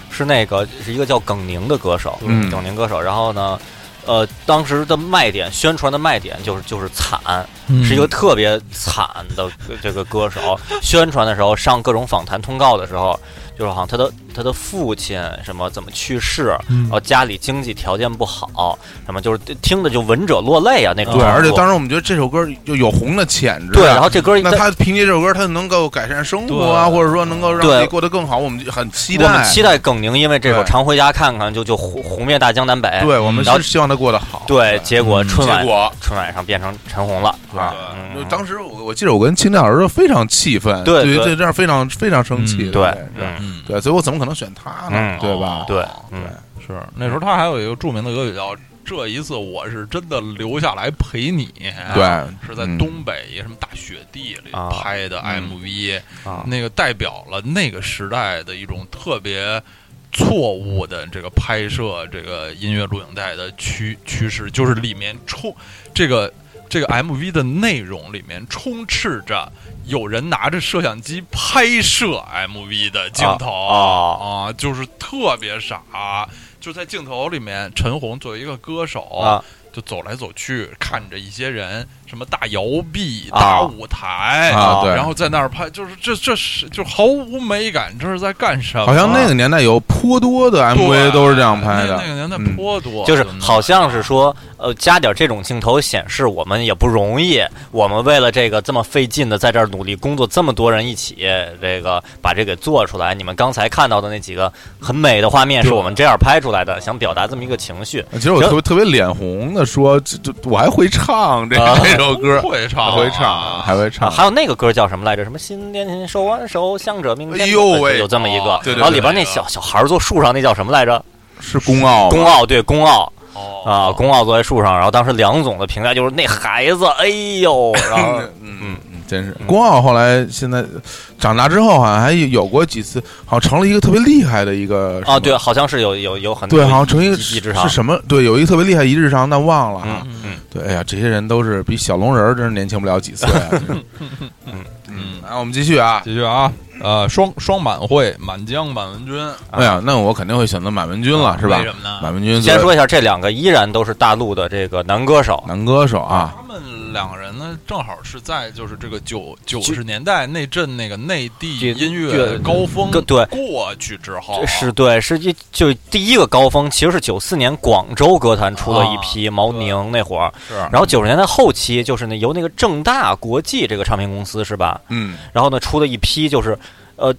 是那个是一个叫耿宁的歌手，嗯耿宁歌手，然后呢。呃，当时的卖点，宣传的卖点就是就是惨，嗯是一嗯个特别惨的呃这个歌手。宣传的时候，上各种访谈通告的时候，就是好像他的他的父亲什么怎么去世，嗯然哦后家里经济条件不好，什么就是听着就闻者落泪啊那种程对，度。而且当时我们觉得这首歌就有红的潜质。对，然后这歌一那他凭借这首歌，他能够改善生活啊，对或者说能够让对自己过得更好，我们就很期我们待。期待耿宁因为这首对《常回家看看》就就红红遍大江南北。对，我们嗯然后是希望他过得好。对，结果嗯春晚结果春晚上变成陈红了啊对！嗯就当时我我记得我跟清代老师非常气愤，对对于对这这样非常非常生气，嗯对对，嗯嗯，对，所以我怎么可能选他呢嗯？对吧？对哦嗯是那时候他还有一个著名的歌曲叫《这一次我是真的留下来陪你》，对，是在嗯东北一个什么大雪地里啊拍的嗯 MV，、啊那个代表了那个时代的一种特别错误的这个拍摄这个音乐录影带的趋趋势，就是里面充这个这个 MV 的内容里面充斥着有人拿着摄像机拍摄 MV 的镜头啊啊就是特别傻。就在镜头里面，陈红作为一个歌手啊就走来走去，看着一些人什么大摇臂、啊大舞台啊对然后在那儿拍，就是这这是就毫无美感，这是在干什么？好像那个年代有颇多的对 MV 都是这样拍的啊那那个年代嗯颇多，就是真的好像是说，呃，加点这种镜头显示我们也不容易，我们为了这个这么费劲的在这儿努力工作，这么多人一起，这个把这给做出来。你们刚才看到的那几个很美的画面，是我们这样拍出来的，想表达这么一个情绪。呃其实我特别特别脸红的说，这这我还会 *laughs* 唱这啊这首歌，会唱还啊，会唱，还会啊，唱，还有那个歌叫什么来着？什么新年前手挽手，向着明天。哎呦喂有这么一个哦。对对然后里边对那小小孩儿坐树上，那叫什么来着？是公奥吧，宫奥，对，宫奥。哦啊，公奥坐在树上，然后当时梁总的评价就是那孩子，哎呦，然后嗯，嗯，真是宫奥后来现在长大之后，好像还有过几次，好像成了一个特别厉害的一个什么啊，对，好像是有有有很对，好像成一个一是技之长是什么？对，有一个特别厉害一日长，但忘了啊。嗯嗯，对，哎呀，这些人都是比小龙人儿真是年轻不了几岁 *laughs* 啊。嗯嗯嗯，来，我们继续啊。继续啊，呃，双双满会，满江满文军哎呀，那我肯定会选择马文军啊了，是吧为？什么呢？马文军先作说为一下，这两个依然都是大陆的这个男歌手，男歌手啊，他们两个人呢，正好是在就是这个九九十年代那阵那个内地这音乐高峰这对过去之后啊，是对，是一就第一个高峰，其实是九四年广州歌坛出了一啊批毛宁那会儿，是然后九十年代后期就是那由那个正大国际这个唱片公司是吧？嗯，然后呢出了一批就是呃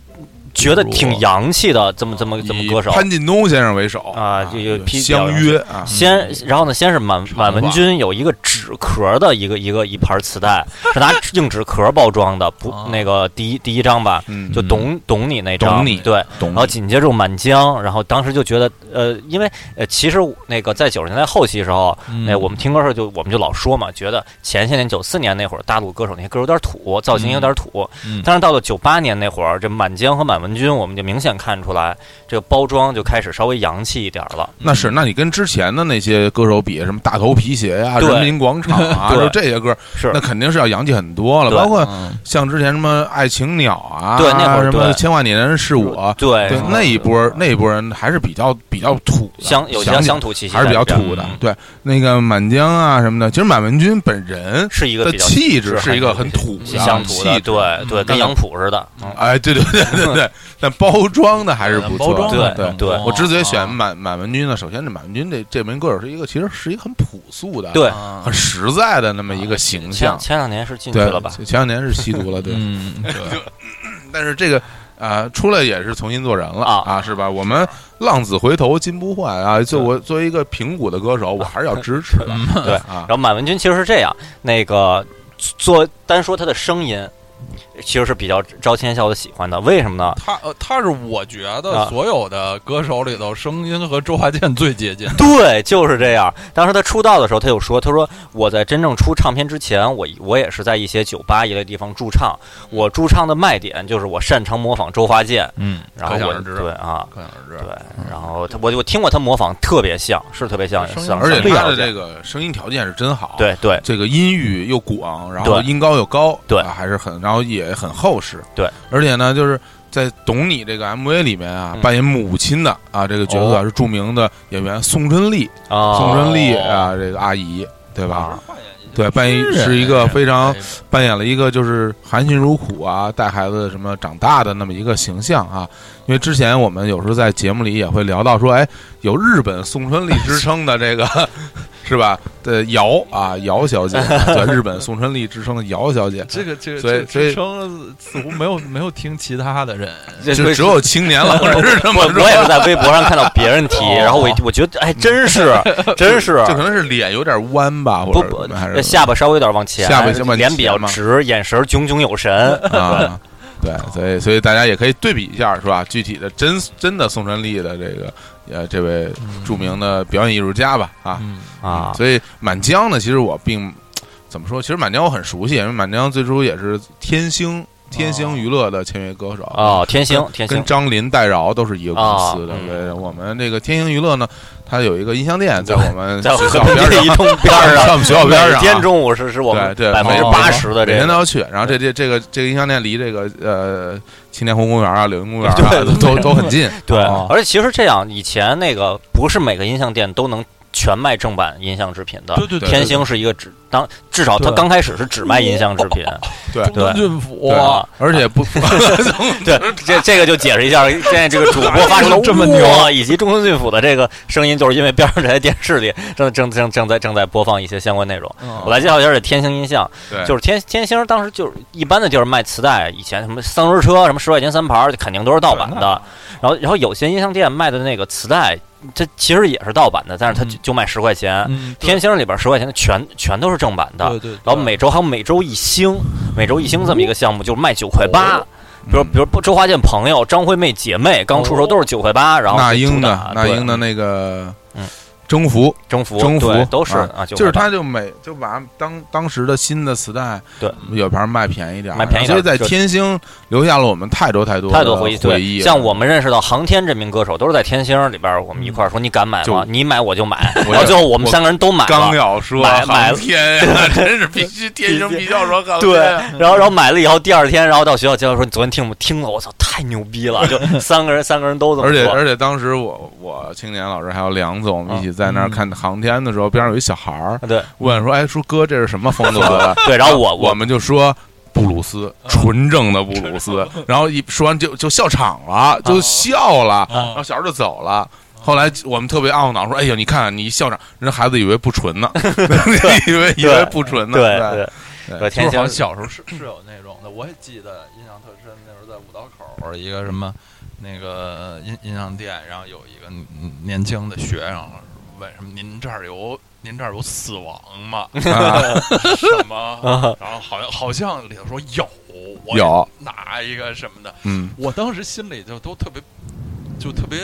觉得挺洋气的这么这么这嗯么以歌手，潘劲东先生为首啊就有批相约啊，先，然后呢，先是满长满文发军有一个纸壳的一个一个一盘磁带，是拿硬纸壳包装的，不啊那个第一第一张吧，嗯，就懂懂你那张，懂你嗯对。懂然后紧接着满江，然后当时就觉得，呃，因为呃，其实那个在九十年代后期的时候，嗯哎，我们听歌时候就我们就老说嘛，觉得前些年九四年那会儿大陆歌手那些歌有点土，造型有点土。嗯但是到了九八年那会儿，这满江和满文军，我们就明显看出来，这个包装就开始稍微洋气一点了。那是，那你跟之前的那些歌手比，什么大头皮鞋呀、对人民广场 *laughs* 啊，对就这些歌，是那肯定是要洋气很多了。对包括嗯像之前什么爱情鸟啊，对那会儿什么对千万年是我，对啊对嗯那一波那一波人还是比较比较土的，乡有些想起乡土气息还在是里比边较儿，土的嗯。对，那个满江啊什么的，其实满文军本人是一个的比较气质是一个很土是的乡土的，气质对对，但跟是杨浦似的。嗯哎，对对对 *laughs* 对对，但包装的还是不包错的，装的哦对很多对我之所以选啊满满文军呢，首先这满文军这这名歌手是一个，其实是一个很朴素的，对，啊啊很实在的那么一个形前象。前两年是进去嗯对嗯了吧？嗯前两年是吸毒了，对。嗯，对，但是这个啊，出来也是重新做人了啊是吧？我们浪子回头金不换啊！就我作为一个平谷的歌手，我还是要支持的 *laughs* 对啊然。后满文军其实是这样，那个做单说他的声音，其实是比较招千笑的喜欢的。为什么呢？他呃，他是我觉得啊所有的歌手里头，声音和周华健最接近。对，就是这样。当时他出道的时候，他就说：“他说我在真正出唱片之前，我我也是在一些酒吧一类地方驻唱。我驻唱的卖点就是我擅长模仿周华健，嗯，然后可想我而知，对啊，可想而知对。，然后他我我听过他模仿，特别像，是特别像，声音像而且像周他华的健这个声音条件是真好，，对对这个音域又广，然后对音高又高，对啊还是很，然后也很厚实，对。而且呢，就是在《懂你》这个 MV 里面啊，嗯哦扮演母亲的啊这个角色啊是著名的演员宋春丽，啊，宋春丽啊这个阿姨，对吧？扮演一些对，扮演是一个非常哎扮演了一个就是含辛茹苦啊，带孩子什么长大的那么一个形象啊。因为之前我们有时候在节目里也会聊到说，哎，有日本宋春丽之称的这个 *laughs* 是吧？的姚啊，姚小姐，对，日本宋春丽之称的姚小姐，啊这个这个所这以个所以职称似乎没有没有听其他的人，这就这只有青年 *laughs* 老师这么我说我。也是在微博上看到别人提， *laughs* 哦然后我一我觉得哎，真是真是这可能是脸有点弯吧，或不者不还是，下巴稍微有点往前，下巴先往前脸比较嘛直，眼神炯炯有 *laughs* 神。啊，对，所以所以大家也可以对比一下，是吧？具体的真真的宋春丽的这个呃这位著名的表演艺术家吧，啊嗯，啊，所以《满江》呢，其实我并怎么说，其实《满江》我很熟悉，因为《满江》最初也是天星天星娱乐的签约歌手。哦，天星天跟星张琳、戴娆都是一个公司的啊，嗯对，我们这个天星娱乐呢，它有一个音像店，在我们在我学们校河滨边的上一，通边儿 *laughs* 在上，我们学校边上啊，每天中午是是我们对对百分之哦八十的每这天都个要去。然后这这这个这个音像店离这个呃青年湖公园啊、柳营公园啊对都都都很近。对哦，而且其实这样，以前那个不是每个音像店都能全卖正版音像制品的。对对对天星是一个只当至少它对刚开始是只卖音像制 *laughs* 品，对中村对俊辅对，啊而且 *laughs* 不对，这这个就解释一下，现在这个主播发生 *laughs* 了这么牛哇以及中村俊辅的这个声音，就是因为边上这台电视里正正正正在正在播放一些相关内容。嗯我来介绍一下这天星音像，对就是天天星当时就是一般的地儿卖磁带，以前什么三轮车什么十块钱三盘儿，肯定都是盗版的。然后然后有些音像店卖的那个磁带，它其实也是盗版的，但是它就嗯就卖十块钱。嗯，对天星里边十块钱的全全都是正版的，对对，然后每周还有每周一星，每周一星这么一个项目，就是卖九块八。哦比如，比如周华健朋友、张惠妹姐妹刚出手都是九块八，然后哦那就英主的打那对英的那个嗯征服，征服征服对都是啊啊，9.8就是他就每就把当当时的新的磁带对有盘卖便宜点儿，卖便宜点所儿以在就天星留下了我们太多太多太多的回回啊忆对，了像我们认识到航天这名歌手都是在天星里边儿，我们一块儿说你敢买就吗？你买我就买， *laughs* 我然后最后我们我三个人都买刚了。要说买买航天呀， *laughs* 真是必须天生必要说航对天啊，然后，然后买了以后，第二天，然后到学校介绍说：“你昨天听我听了，我操，太牛逼了！” *laughs* 就三个人，三个人都这么而且说。而且当时我我青年老师还有梁总我们一起在那儿嗯看航天的时候，边上有一小孩儿对问说：“哎，说哥，这是什么风格的对，然后我？” *laughs* 我们就说。布鲁斯，嗯纯正的布鲁斯。然后一说完就就笑场了，就嗯笑了，然后小孩就走了。后来我们特别懊恼，说：“哎呦，你看你一笑场，人孩子以为不 *laughs* 纯呢，以为以为不纯呢。”对对对就是对，天好星像小时候是是有那种的，我也记得印象特深，那时候在五道口儿一个什么那个音音像店，然后有一个嗯年轻的学生问什么您这儿有您这儿有死亡 *laughs* 吗？ *laughs* 啊什么？然后好像好像里头说有，我有拿一个什么的，嗯，我当时心里就都特别，就特别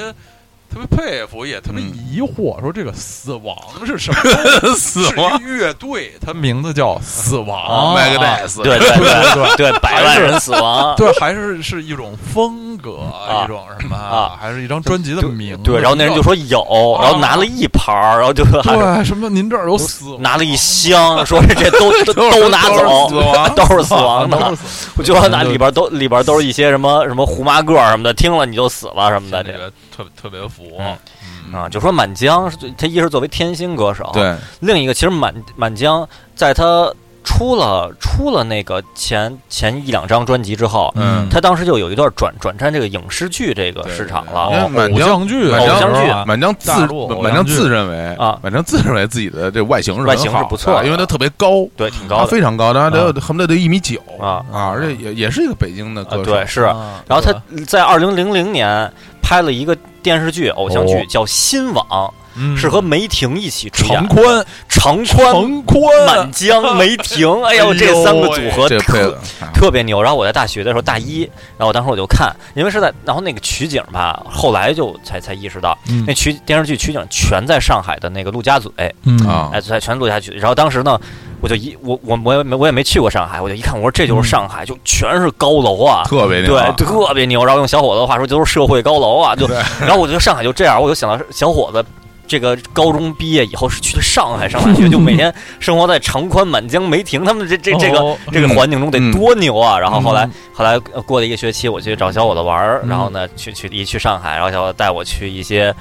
特别佩服，也特别嗯疑惑，说这个死亡是 *laughs* 什么东西？死啊是一乐队，它名字叫死亡，麦克戴斯，哦 *laughs* 对对对对，百万人死 *laughs* 亡。对，还是是一种风格，一种什么啊还是一张专辑的名字？对，然后那人就说有，然后拿了一盘儿，然后就还是对什么您这儿有死亡拿了一箱，说是这都都都拿走都是死 *laughs* *laughs* 都是死亡，亡都的是。 *laughs* 死我就说那里边都里边都是一些什么什么胡麻个儿什么的，听了你就死了什么的亡这这个个特特别服，嗯啊，就说满江是最，他一是作为天星歌手，对，另一个其实满满江在他。出了出了那个前前一两张专辑之后，嗯他当时就有一段转转战这个影视剧这个市场了。对对对哦哦满偶江像剧，满江偶像剧啊满江自大陆偶满像江剧自认为啊满江自认为自己的这外形是外很形是好不错的的因为他特别高，对，挺他高的非常高，他得有恨不得得一米九啊啊，而且也也是一个北京的啊歌，手，对是。啊然后他对在二零零零年拍了一个电视剧偶像哦剧，叫《新网嗯》，是和梅婷一起主演常。宽，长宽、常宽，满 *laughs* 江、梅婷，哎哎呦，呦这三个组合这个配特的啊特别牛。然后我在大学的时候，大一，然后我当时我就看，因为是在，然后那个取景吧，后来就才才意识到，嗯那取电视剧取景全在上海的那个陆家嘴，嗯啊哎，全陆家嘴。然后当时呢，我就一我我我也没我也没去过上海，我就一看，我说这就是上海，就全是高楼啊，特别牛对，特别牛。然后用小伙子的话说，就是社会高楼啊。就， *laughs* 然后我觉得上海就这样，我就想到小伙子。这个高中毕业以后是去了上海上大学，就每天生活在长宽、满江、梅亭他们这这这个哦这个环境中得多牛啊！然后后来嗯后来呃过了一个学期，我去找小伙子玩儿，然后呢去去一去上海，然后小伙子带我去一些。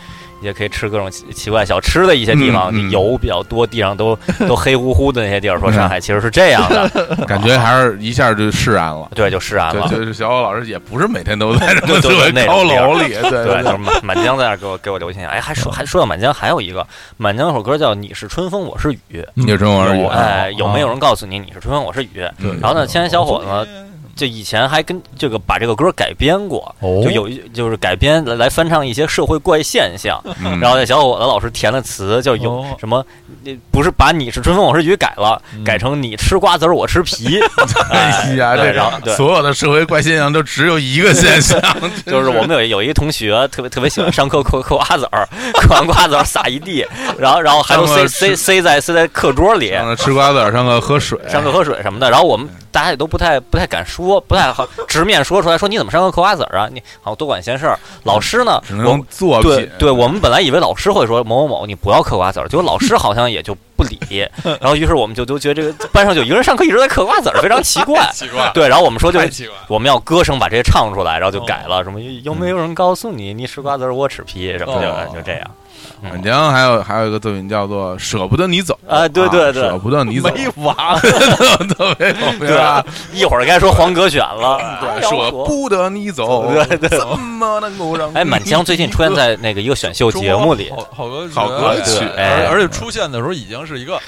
也可以吃各种奇奇怪小吃的一些地方，嗯嗯油比较多，地上都都黑乎乎的那些地儿，说上海其实是这样的，感觉还是一下就释 *laughs* 然了。对，就啊释然对，了，就是小欧老师也不是每天都在这么就就特那别种高楼里，对对，对就是满满江在那儿给我给我留印象。哎，还说还说到满江，还有一个满江有首歌叫《你是春风我是雨你有这种》，而已有，哎，有没有啊人告诉你你是春风我是雨？对然后呢，现在小伙子就以前还跟这个把这个歌改编过，哦就有一就是改编来来翻唱一些社会怪现象。嗯 *laughs* 然后那小伙子老师填了词，就有哦什么，呃不是把你是春风我是雨改了，嗯改成你吃瓜子儿我吃皮。哎呀，对这然后对个所有的社会怪现象都只有一个现象， *laughs* *laughs* 就是我们有有一个同学特别特别喜欢上课嗑嗑瓜子儿，嗑完瓜子儿撒一地，然后然后还都塞上课塞吃塞在塞在课桌里，上吃瓜子儿，上课喝水，上课喝水什么的。然后我们大家也都不太不太敢说，不太好直面说出来，说你怎么上课嗑瓜子儿啊？你好像多管闲事儿。老师呢嗯只，我能作品对。对，我们本来以为老师会说某某某你不要嗑瓜子儿，结果老师好像也就不 *laughs* 理。然后于是我们就都觉得这个班上就一个人上课一直在嗑瓜子儿，非常奇怪。奇怪，对，然后我们说就是奇怪了。我们要歌声把这些唱出来，然后哦就改了，什么有没有人告诉你你吃瓜子儿我吃皮什么的，嗯哦就这样。嗯满江还有还有一个作品叫做《舍不得你走》啊对对对舍不得你走，没完，特别有名啊！一会儿该说黄格选了，哎对，要舍不得你走，对对对怎么能够让你哎，满江最近出现在那个一个选秀节目 *laughs* 里，好好歌曲，好歌曲对哎而而且出现的时候已经是一个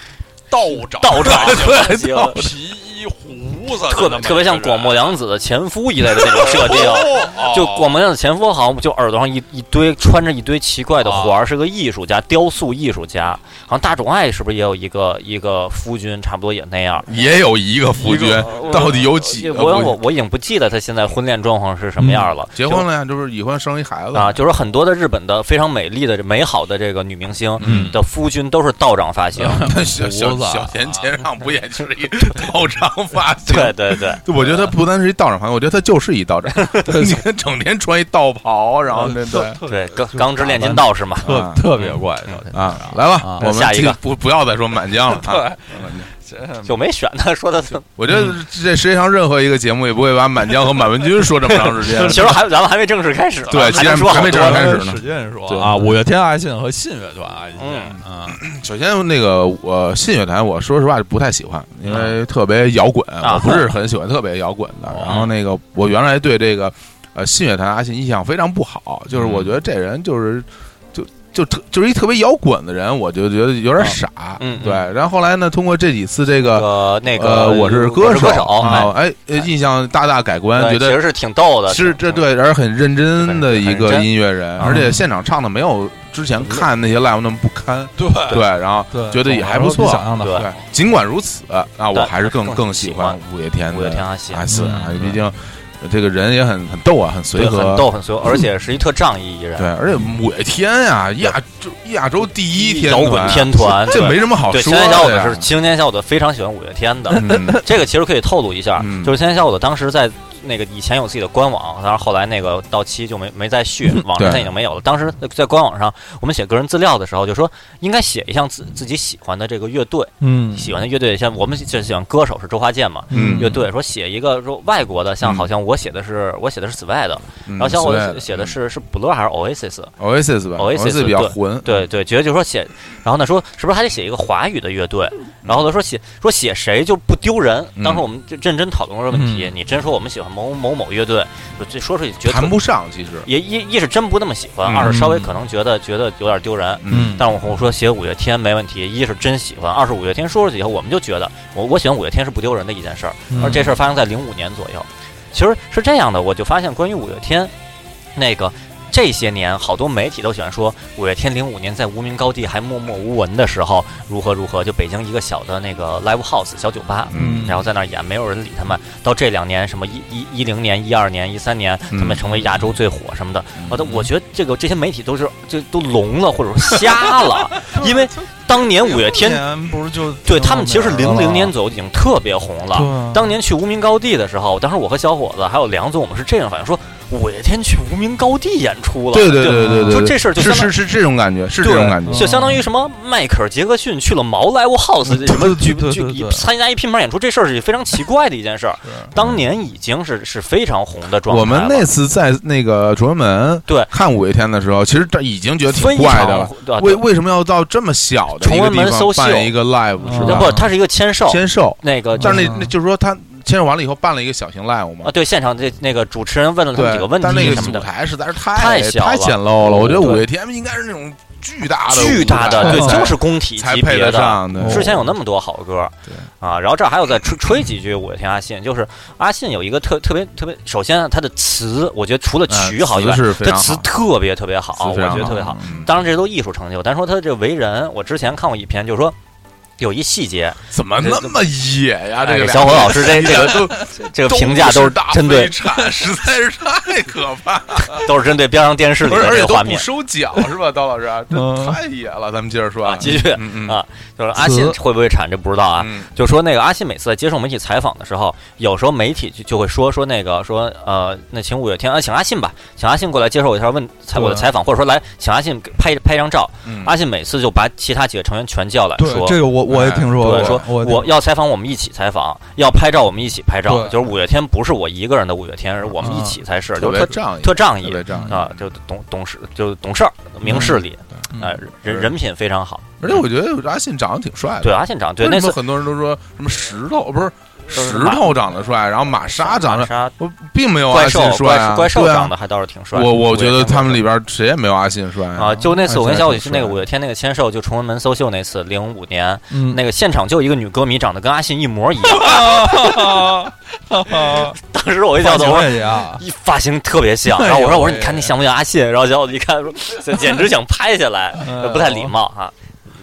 道长，道长对对道 *laughs* 皮衣胡子的特那么一个人，别 *laughs* 特别像广末凉子的前夫一类的那种设定。啊哦就广播电的前锋好像就耳朵上一一堆穿着一堆奇怪的哦环儿，是个艺术家，雕塑艺术家。好像大冢爱是不是也有一个一个夫君，差不多也那样？呃也有一个夫君一个，到底有几个我夫君？嗯我我已经不记得他现在婚恋状况是什么样了。结婚了呀，就是已婚生一孩子啊，就是很多的日本的非常美丽的、美好的这个女明星嗯的夫君都是道长发型。小小胡子啊小田切让不也是一道长发 *laughs* 型？对对对，对，我觉得他不单是一道长发型，我觉得他就是一道长。你看，整天穿一道袍，哦然后嗯那对对，钢钢之炼金道士嘛，特啊特别怪，小天啊，来吧啊，我们下一个继不不要再说满江了。啊真就没选他，说的。我觉得这世界上任何一个节目也不会把满江和满文军说这么长 *laughs* 时间其。实还咱们还没正式开始呢，对还其实能说好还没多正式开始呢。呢使劲说对啊！五月天爱信和信乐团爱信嗯啊，首先，那个我信乐团，我说实话不太喜欢，因为特别摇滚，啊我不是很喜欢特别摇滚的。哦然后那个我原来对这个呃信乐团阿信印象非常不好，就是嗯我觉得这人就是就就特就是一特别摇滚的人，我就觉得有点傻。嗯嗯对。然后后来呢，通过这几次这那个个那呃个，我是歌手哎啊，哎，呃印象大大改观，对觉其得实是挺逗的，是这挺对，而且很认真的一很认个真啊嗯音乐人，而且现场唱的没有之前看那些 live 那么不堪。对对，然后对，觉得也还不哦比错想象的对好对，尽管如此啊，我但还是更更更喜喜欢欢五月天的五月天阿信阿信啊嗯，毕竟呃这个人也很很逗啊，很随对，和，很逗，很随和，而且是一特仗义一人，对，而且五月天呀，亚洲亚洲第一天摇团滚天团，这对没什么好对。说青年小伙的子呀 *laughs* 是青年小伙子非常喜欢五月天的，嗯 *laughs* 这个其实可以透露一下，嗯就是青年小伙子当时在那个以前有自己的官网，但是后来那个到期就没没再续，网嗯站对现在已经没有了。当时在官网上，我们写个人资料的时候，就说应该写一项自自己喜欢的这个乐队，嗯喜欢的乐队，像我们就喜欢歌手是周华健嘛，嗯乐队说写一个说外国的，像嗯好像我写的是我写的是 Sweat 的，然然后小伙子写的是是 Blur 还是 Oasis？嗯 Oasis 吧 Oasis，比较对混，嗯对对，觉得就说写，然后呢说是不是还得写一个华语的乐队？嗯然后他说写说写谁就不丢人。当时我们就认真讨论过这个问题，嗯你真说我们喜欢某某某乐队，就这说出去觉得谈不上，其实，也一一是真不那么喜欢，嗯二是稍微可能觉得觉得有点丢人。嗯，但是我我说写五月天没问题，一是真喜欢，二是五月天说出去以后，我们就觉得我我喜欢五月天是不丢人的一件事儿。而这事儿儿发生在零五年左右。其实是这样的，我就发现关于五月天，那个这些年好多媒体都喜欢说五月天零五年在无名高地还默默无闻的时候如何如何，就北京一个小的那个 live house 小酒吧。嗯然后在那儿演，没有人理他们。到这两年，什么一一一零年、一二年、一三年，他们嗯成为亚洲最火什么的。我都嗯啊我觉得这个这些媒体都是就都聋了，或者说瞎了，因为当年五月天不是就对他们其实是零零哦年左左右已经特别红了。右当年去无名高地的时候，当时我和小伙子还有梁总，我们是这样反应说：五月天去无名高地演出了。对对就对对对，说这事儿就是相当是是这种感觉，是对这种感觉，就相当于什么迈克尔·杰克逊去了毛莱坞 House 什么举对对对举对参加一拼盘演出，这事儿是非常奇怪的一件事儿。当年已经是是非常红的状态我们了那次在那个崇文门对看五月天的时候，其实这已经觉得挺非怪的常啊了。对吧为为什么要到这么小的一崇个文门地方搜秀办一个 live 嗯是那吧？不，它是一个签售，签售，那个但是嗯那那就是说他签售完了以后办了一个小型 live 嘛啊，，对，现场这那个主持人问了他们对几个问但那题个什么舞的，台实在是太小太了简陋了。我觉得对五月天应该是那种巨大的巨大的，舞 *laughs* 对台，就是工体才级配别得的。上的。之前有那么多好歌，对啊，然后这儿还有再吹吹几句五月天阿信，就是阿信有一个特特别特别，首先啊他的词，我觉得除了曲好以外，呃嗯是非他常词特别特别好，好，嗯我觉得特别好。。当然这都艺术成就，但说他这为人，我之前看过一篇，就是说有一细节，怎么那么野呀？哎这个小伙老师这 *laughs* 这个都这个评价都是大针对飞铲，实在是太可怕 *laughs* 了，都是针对边上电视里而的而这且个都画不面收脚是吧，刀老师？嗯这太野了，咱们接着说啊，继续。嗯啊就是阿信会不会产这不知道啊，嗯就说那个阿信每次在接受媒体采访的时候，有时候媒体就就会说说那个说呃，那请五月天啊，请阿信吧，请阿信过来接受一下问采我的对采访，或者说来请阿信给拍拍一张照。嗯阿信每次就把其他几个成员全叫来对说。哎这个我我也听说对，过，说我我要采访，我们一起采访；要拍照，我们一起拍照。对就是五月天不是我一个人的五月天，是我们一起才是，特就别特仗义，特仗特义别仗义啊，就懂懂事，就懂事儿，明事理，嗯啊，人是人品非常好。而且我觉得阿信长得挺帅的。嗯对阿信长对为那什么次很多人都说什么石头不是是石头长得帅，然后玛莎长玛得莎我并没有怪阿兽信帅啊，怪怪兽对啊长得还倒是挺帅的。我我觉得五月天他们里边谁也没有阿信帅啊，就那次我跟小雨去那个五我月天那个签售，就崇文门搜秀那次，零五年嗯那个现场就有一个女歌迷长得跟阿信一模一 *laughs* 样，当时我一发小伙型我说也一样，一发型特别哎像，然后我说我说你看你像不像阿信？然后小伙子一看说这简直想拍下来，哎不太礼貌哈、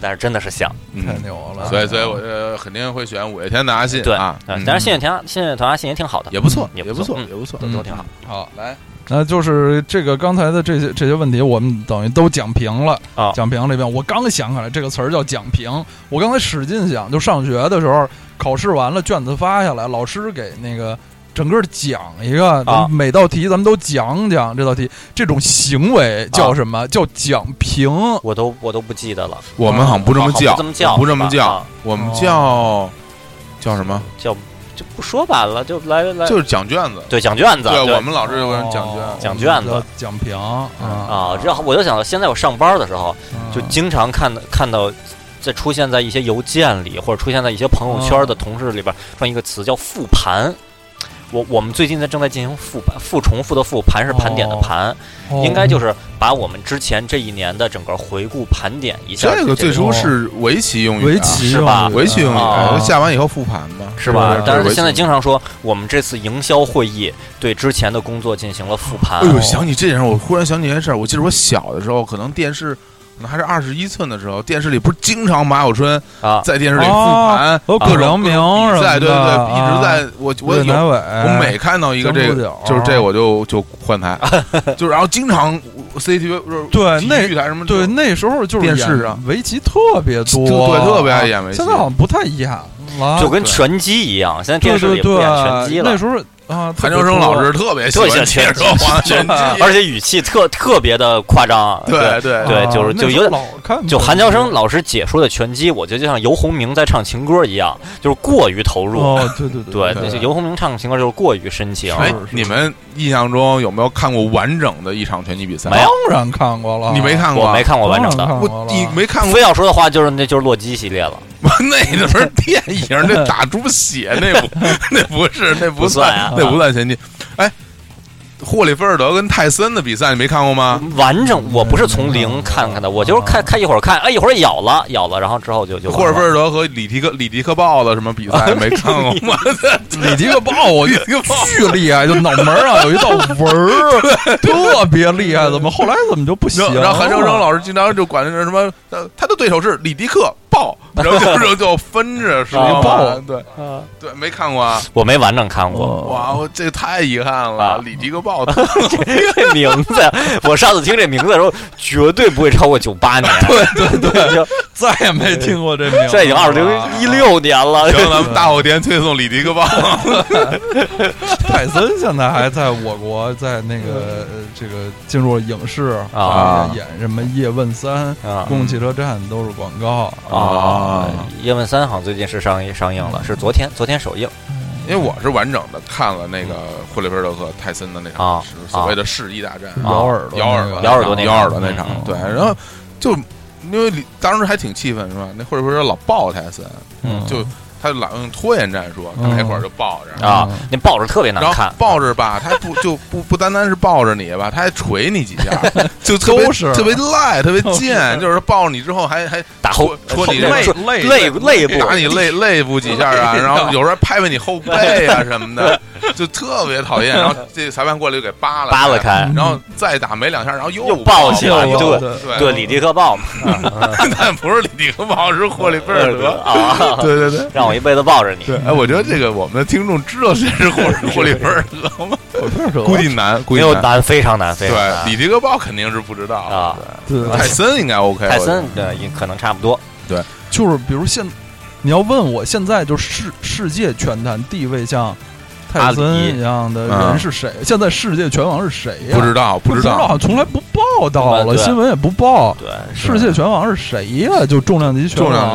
但是真的是像，太牛了，嗯所以所以我呃肯定会选五月天的阿信对啊，呃嗯但是信乐团信乐团阿信也挺好的，也不错，也不不错错，嗯也不错，都都挺好。好，来，那就是这个刚才的这些这些问题，我们等于都讲平了。啊讲平了一遍，我刚想起来这个词儿叫讲平。我刚才使劲想，就上学的时候考试完了，卷子发下来，老师给那个整个讲一个，咱啊们每道题咱们都讲讲这道题，这种行为叫什啊么？叫讲平。我都我都不记得了，我们好像不这么啊叫，不这么叫不这么是吧叫啊，我们哦叫叫什么？叫就不说吧了，就来来就是讲卷子，对讲卷子，对我们老师有人讲哦卷讲子，卷子叫讲平啊啊，然后我就想到现在我上班的时候，就啊经常看到看到，在出现在一些邮件里，或者出现在一些朋友圈的同事里边，这样一个词叫复盘。我我们最近在正在进行复盘，复重复的复盘是盘点的盘，哦应该就是把我们之前这一年的整个回顾盘点一下。这个最这初是围棋用语啊，围棋哎是吧用语围棋用语啊啊，下完以后复盘嘛，是哦吧是？但围是棋现在经常说，我们这次营销会议对之前的工作进行了复盘哎。呦，哦想起这件事，我忽然想起一件事儿。我记得我小的时候，可能电视可能还是二十一寸的时候，电视里不是经常马小春啊在电视里复盘哦有各葛良种明各种比赛，什么的对对对，一啊直在我我岳有南伟，我我每看到一个这张国个玖就是这我就就 *laughs* 换台，就是然后经常 CCTV 不是对体那育台什么对，那时候就是电演视啊围棋特别多，啊对特别爱演围棋现在好像不太演了，就跟拳击一样，现在对电视里对不对演拳击，了那时候啊，谭乔生老师特别喜特欢别介喜欢绍黄泉记， *laughs* 而且语气特特别的夸张，啊对对对就是就有点老看就韩乔生老师解说的拳击，我觉得就像游鸿明在唱情歌一样，就是过于投入。哦，对对对，对那些游鸿明唱情歌就是过于深情。哎是是，你们印象中有没有看过完整的一场拳击比赛？啊没有当然看过了，你没看过？我没看过完整当的。然看过我了啊你 *laughs* 没看过非要说的话，就是那就是洛基系列了， *laughs* 那都是电影，那打猪血 *laughs* 那不那不是那不不算啊那不算前进。哎，霍利菲尔德跟泰森的比赛你没看过吗？完整。我不是从零看看的，我就是看看一会儿看，哎，一会儿咬了咬了，然后之后就就完霍了利菲尔德和里迪克里迪克鲍的什么比赛没看过吗？里迪克鲍，我觉得 *laughs* 巨厉害，就脑门儿啊上有一道纹儿，特别厉害。怎么后来怎么就不行然后了？然后韩乔生老师经常就管那什么，呃他的对手是里迪克鲍，然后就就就分 *laughs* 着是啊鲍对啊对，没看过啊！我没完整看过 *laughs* 哇，我这太遗憾了，啊里迪克 *laughs* *laughs* 鲍这名字。我上次听这名字的时候，绝对不会超过九八年，对对对，就再也没听过哎这名字， *laughs* 这已经二零一。六年了。行，咱们大后天推送里迪克 *laughs* 鲍。泰森现在还在我国，在那个呃这个进入影视嗯啊演什么《叶问三》啊公共汽车站》都是广告。 *laughs* 啊啊， 《叶问三》好像最近是上映上映了，是昨天昨天首映因为我是完整的看了那个霍利菲尔德和泰森的那场啊是所谓的世一大战，啊咬耳朵咬那耳个，朵咬耳朵那咬场耳朵那场嗯，对，然后就因为里当时还挺气愤是吧？那霍利菲尔德老抱泰森，嗯就他老用拖延战术，他那会儿就抱着。啊嗯，那抱着特别难然后看，抱着吧，他不就不不单单是抱着你吧，他还捶你几下，就特别都是特别赖，特别都是贱，就是抱着你之后还还打后戳戳你后肋说肋肋肋部打你肋肋部几下啊，然后有时候还拍拍你后背啊什么的，就特别讨厌。然后这裁判过来就给扒了扒拉，开嗯，然后再打没两下，然后又又抱起起来来，对对对 *laughs* 对，里迪克抱嘛，但不是里迪克鲍是霍利菲尔德。啊，对对对。 *laughs* 让我一辈子抱着你，对，哎，我觉得这个我们的听众知道谁是霍霍利菲尔德 *laughs* 吗？估计难，估没计有难。难，非常难，非常对，难里迪克鲍肯定是不知道的啊。对泰森应该 OK，泰我觉得森对，也可能差不多。就是比如现，你要问我现在就世世界拳坛地位像泰阿森里一样的人是谁？现在世界拳王是谁呀、不知道，不不知道，道，从来不报道了，对新闻也不报。对，世界拳王是谁呀、就重量级拳重王，量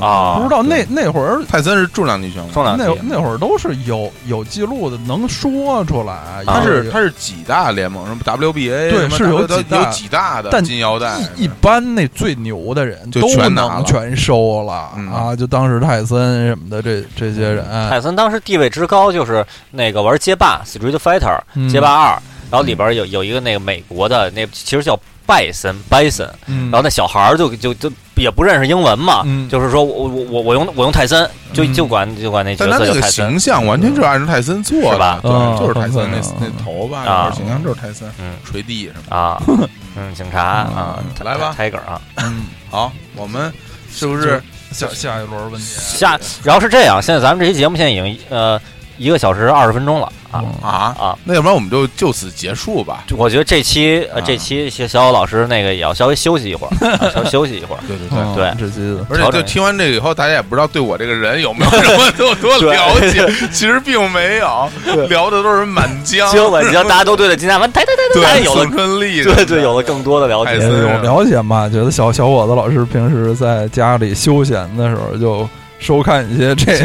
级啊，啊，不知道那那会儿。泰森是重量级选手，重量那级那会儿都是有有记录的，能说出来。他有啊是他是几大联盟，什么 WBA，对什么是有 WBA 几大有几大的但金腰带，一一般那最牛的人就都全拿能了全收了嗯啊！就当时泰森什么的这这些人，泰森当时地位之高，就是那个玩街霸《Street Fighter 嗯》街霸二，然后里边有有一个那个美国的那其实叫拜森 Bison，嗯然后那小孩儿就就就也不认识英文嘛，嗯就是说我我我我用我用泰森，就嗯就管就管那角但他色那叫个泰森形。象完全就是按照泰森做的，是吧对，嗯就是泰森那嗯那头发，啊那形象就是泰森嗯，捶地什么。啊， *laughs* 嗯，警察啊，来吧，Tiger 啊，嗯好，我们是不是下下一轮问题下，然后是这样，现在咱们这期节目现在已经呃一个小时二十分钟了啊嗯啊？啊，那要不然我们就就此结束吧。我觉得这期呃嗯啊这期小小老师那个也要稍微休息一会 *laughs* 儿，啊稍微休息一会儿，对对对。嗯对这期而且调整就一下听完这个以后，大家也不知道对我这个人有没有什 *laughs* 么多多对了解， *laughs* 其实并没有， *laughs* 聊的都是满江，今晚你让大家都对着金大文，对对对对， *laughs* 对有了宋，春丽，对对， *laughs* 有了更多的了泰也解森。啊有了解嘛，觉得小小伙子老师平时在家里休闲的时候就。收看一些这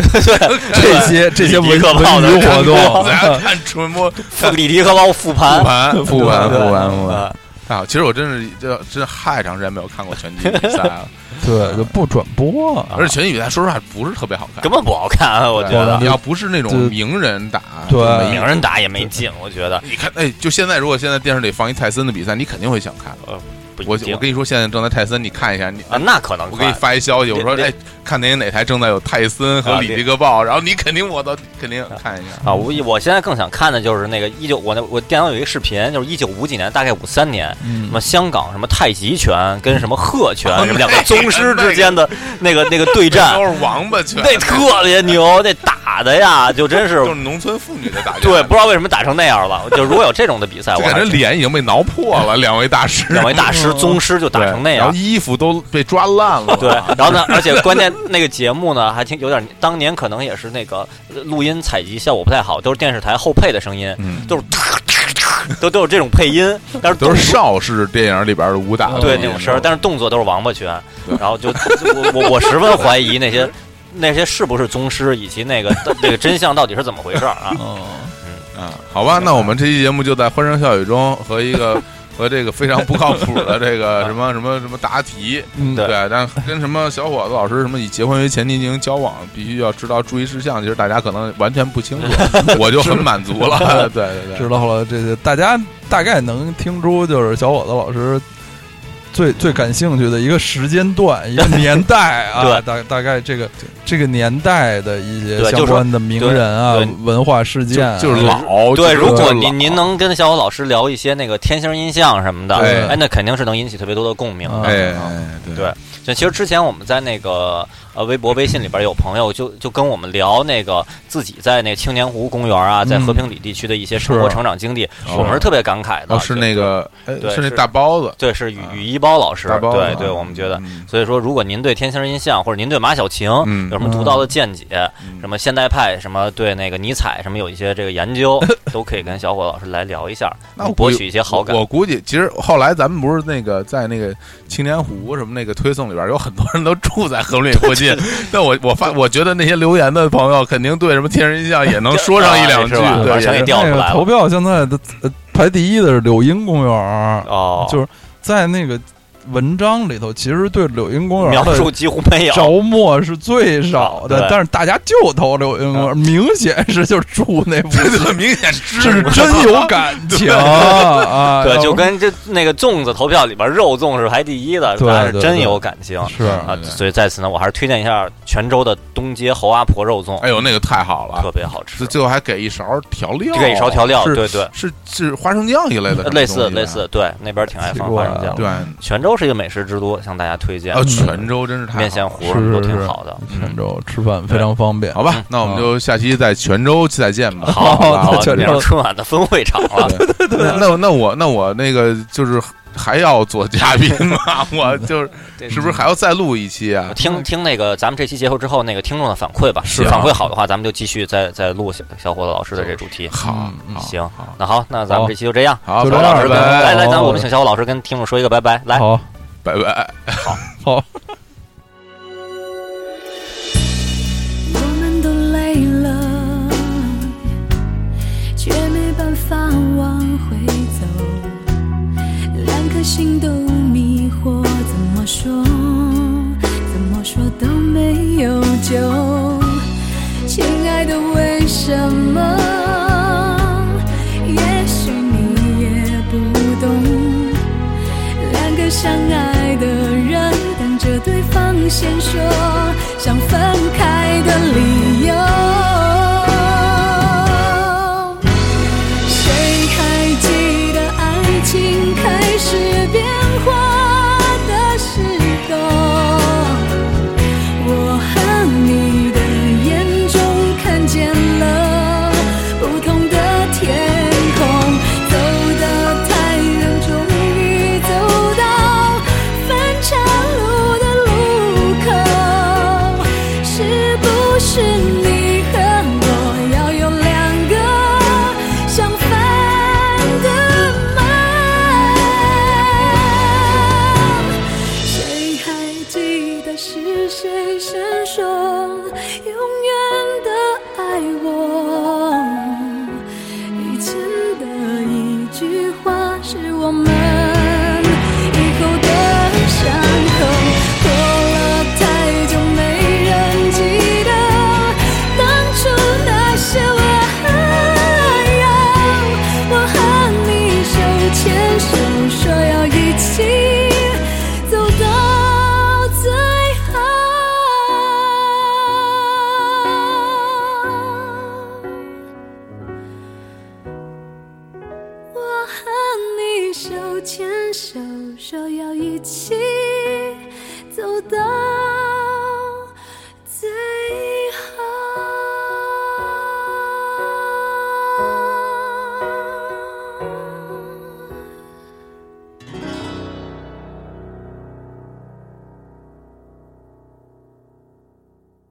这些这些文文迪克鲍的娱活动， *laughs* 大家看纯 *laughs* 播复复里迪和包啊复盘，盘复盘对复盘复盘。呃太好，其实我真是这真太长时间没有看过拳击比赛了，对，就不转播。啊而且拳击比赛说实话不是特别好看，根本不好看啊，我觉对得你要不是对那种名人打，对就没名人打也没劲，我觉得你看，哎，就现在如果现在电视里放一泰森的比赛，你肯定会想看。不我一我定跟你说，现在正在泰森，你看一下，你啊，那可能我给你快发一消息，我说，那哎，看哪哪台正在有泰森和啊里那迪克鲍，然后你肯定我都肯定看一下。啊，我我现在更想看的就是那个一九，我那我电脑有一个视频，就是一九五几年，大概五三年，嗯什么香港什么太极拳跟什么鹤 *laughs* 拳哦，什么两个宗师之间的那个那个对 *laughs* 那战都，是王八拳，那特别牛，那打的呀，就真是就是农村妇女的打架， *laughs* 对，不知道为什么打成那样了。就如果有这种的比赛，就我感还觉是脸已经被挠破了，两位大师，两位大师宗师就打对成那然样后。衣服都被抓烂了。 *laughs* 对，然后呢？而且关键那个节目呢，还挺有点，当年可能也是那个呃录音采集效果不太好，都是电视台后配的声音，嗯，都是都都有这种配音，但是都是邵氏电影里边的武打的对那那种声儿，但是动作都是王八拳对，然后就我我我十分怀疑那些那些是不是宗师，以及那个那个真相到底是怎么回事儿啊？嗯，啊，好吧，那我们这期节目就在欢声笑语中和一 *laughs* 个和这个非常不靠谱的这 *laughs* 个什么什么什么答题，嗯啊对对，但跟什么小伙子老师什么以结婚为前提进行交往，必须要知道注意事项，其实大家可能完全不清 *laughs* 楚，我就很满足 *laughs* 了，对对对知。道了，这个大家大概能听出，就是小伙子老师最最感兴趣的一个时间段、一个年代啊， *laughs* 对大大概这个这个年代的一些对就相是关的名人啊对对、文化事件啊，就就是老，对，哦就是如果老您您能跟小伙老师聊一些那个天星音像什么的，对哎，那肯定是能引起特别多的共鸣的。哎啊对对就其实之前我们在那个呃微博、微信里边有朋友就就跟我们聊那个自己在那青年湖公园啊，在嗯和平里地区的一些生是活成长经历，是我们是特别感慨的。哦是那个哎对是是那大包子，对，是雨啊雨一包老师，大包子对啊对，我们觉得。嗯所以说，如果您对天星印象或者您对马小晴嗯有什么独到的见解，嗯什么现代派，什么对那个尼采什么有一些这个研 *laughs* 究，都可以跟小伙老师来聊一下，那我博取一些好感我。我估计，其实后来咱们不是那个在那个青年湖什么那个推送里边，有很多人都住在和平里附近。但我我发，我觉得那些留言的朋友肯定对什么天人印象也能说上一两 *laughs* 句，哎是吧对，马上也也是调出来了那个投票现在的呃排第一的是柳荫公园，哦，就是在那个文章里头，其实对柳荫公园描述的。几乎没有，着墨是最少的对，嗯但是大家就投柳荫公园，明显是就住那附这 *laughs* 近， *laughs* 很明显这 *laughs* 是是真有 *laughs* 感情啊！ *laughs* 对，要就不跟这那个粽子投票里边肉粽是排第一的，对大家对是真对有感情是啊对。对所以在此呢，我还是推荐一下泉州的东街侯阿婆肉粽，哎呦，那个太好了特，别好吃这，最后还给一勺调料，给一勺调料，是对对，是是花生酱一类的，类似类似，，嗯对，那边挺爱奇放怪花啊生酱的。啊对，泉州是一个美食之都，向大家推荐啊，泉州真是太好了面线糊是什么都是挺是好 *laughs* 的。泉州吃饭非常方便。好吧嗯，那我们就下期在泉州再见吧。好，好好在泉那州是春晚的分会场了。 *laughs* 那那那我那我那个就是还要做嘉宾吗？ *laughs* 我 *laughs* 就是对是不是还要再录一期啊？听听那个咱们这期节目之后那个听众的反馈吧，是啊反馈好的话，咱们就继续再再录小小伙子老师的这主题。好嗯，好行好，那好，那咱们这期就这样。好，就小这伙样老师拜跟，拜来来，咱好我们请小伙老师跟听众说一个拜拜，来。好，拜啊拜。我们都累了，却没办法往回走，两颗心都迷惑，怎么说，怎么说都没有救。亲爱的，为什么？也许你也不懂，两个相爱的人等着对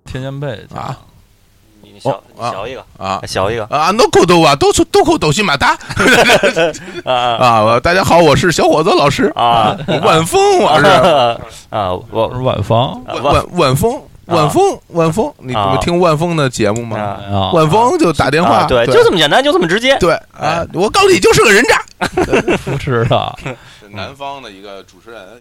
天仙贝啊你你小哦你啊小一个，啊小一个啊，no go 都啊，都是都口都西马达 *laughs* 啊啊！我大家好，我是小伙子老师，啊 *laughs* 晚风我是啊 *laughs* 啊！我是晚芳啊晚我晚晚风啊晚风晚风，你啊们听晚风的节目吗？啊啊， *laughs* 晚风就打电话，啊对，就哎这么简单，就这么直接。对啊，我告诉你就是个人渣。不知道。南方的一个主持人，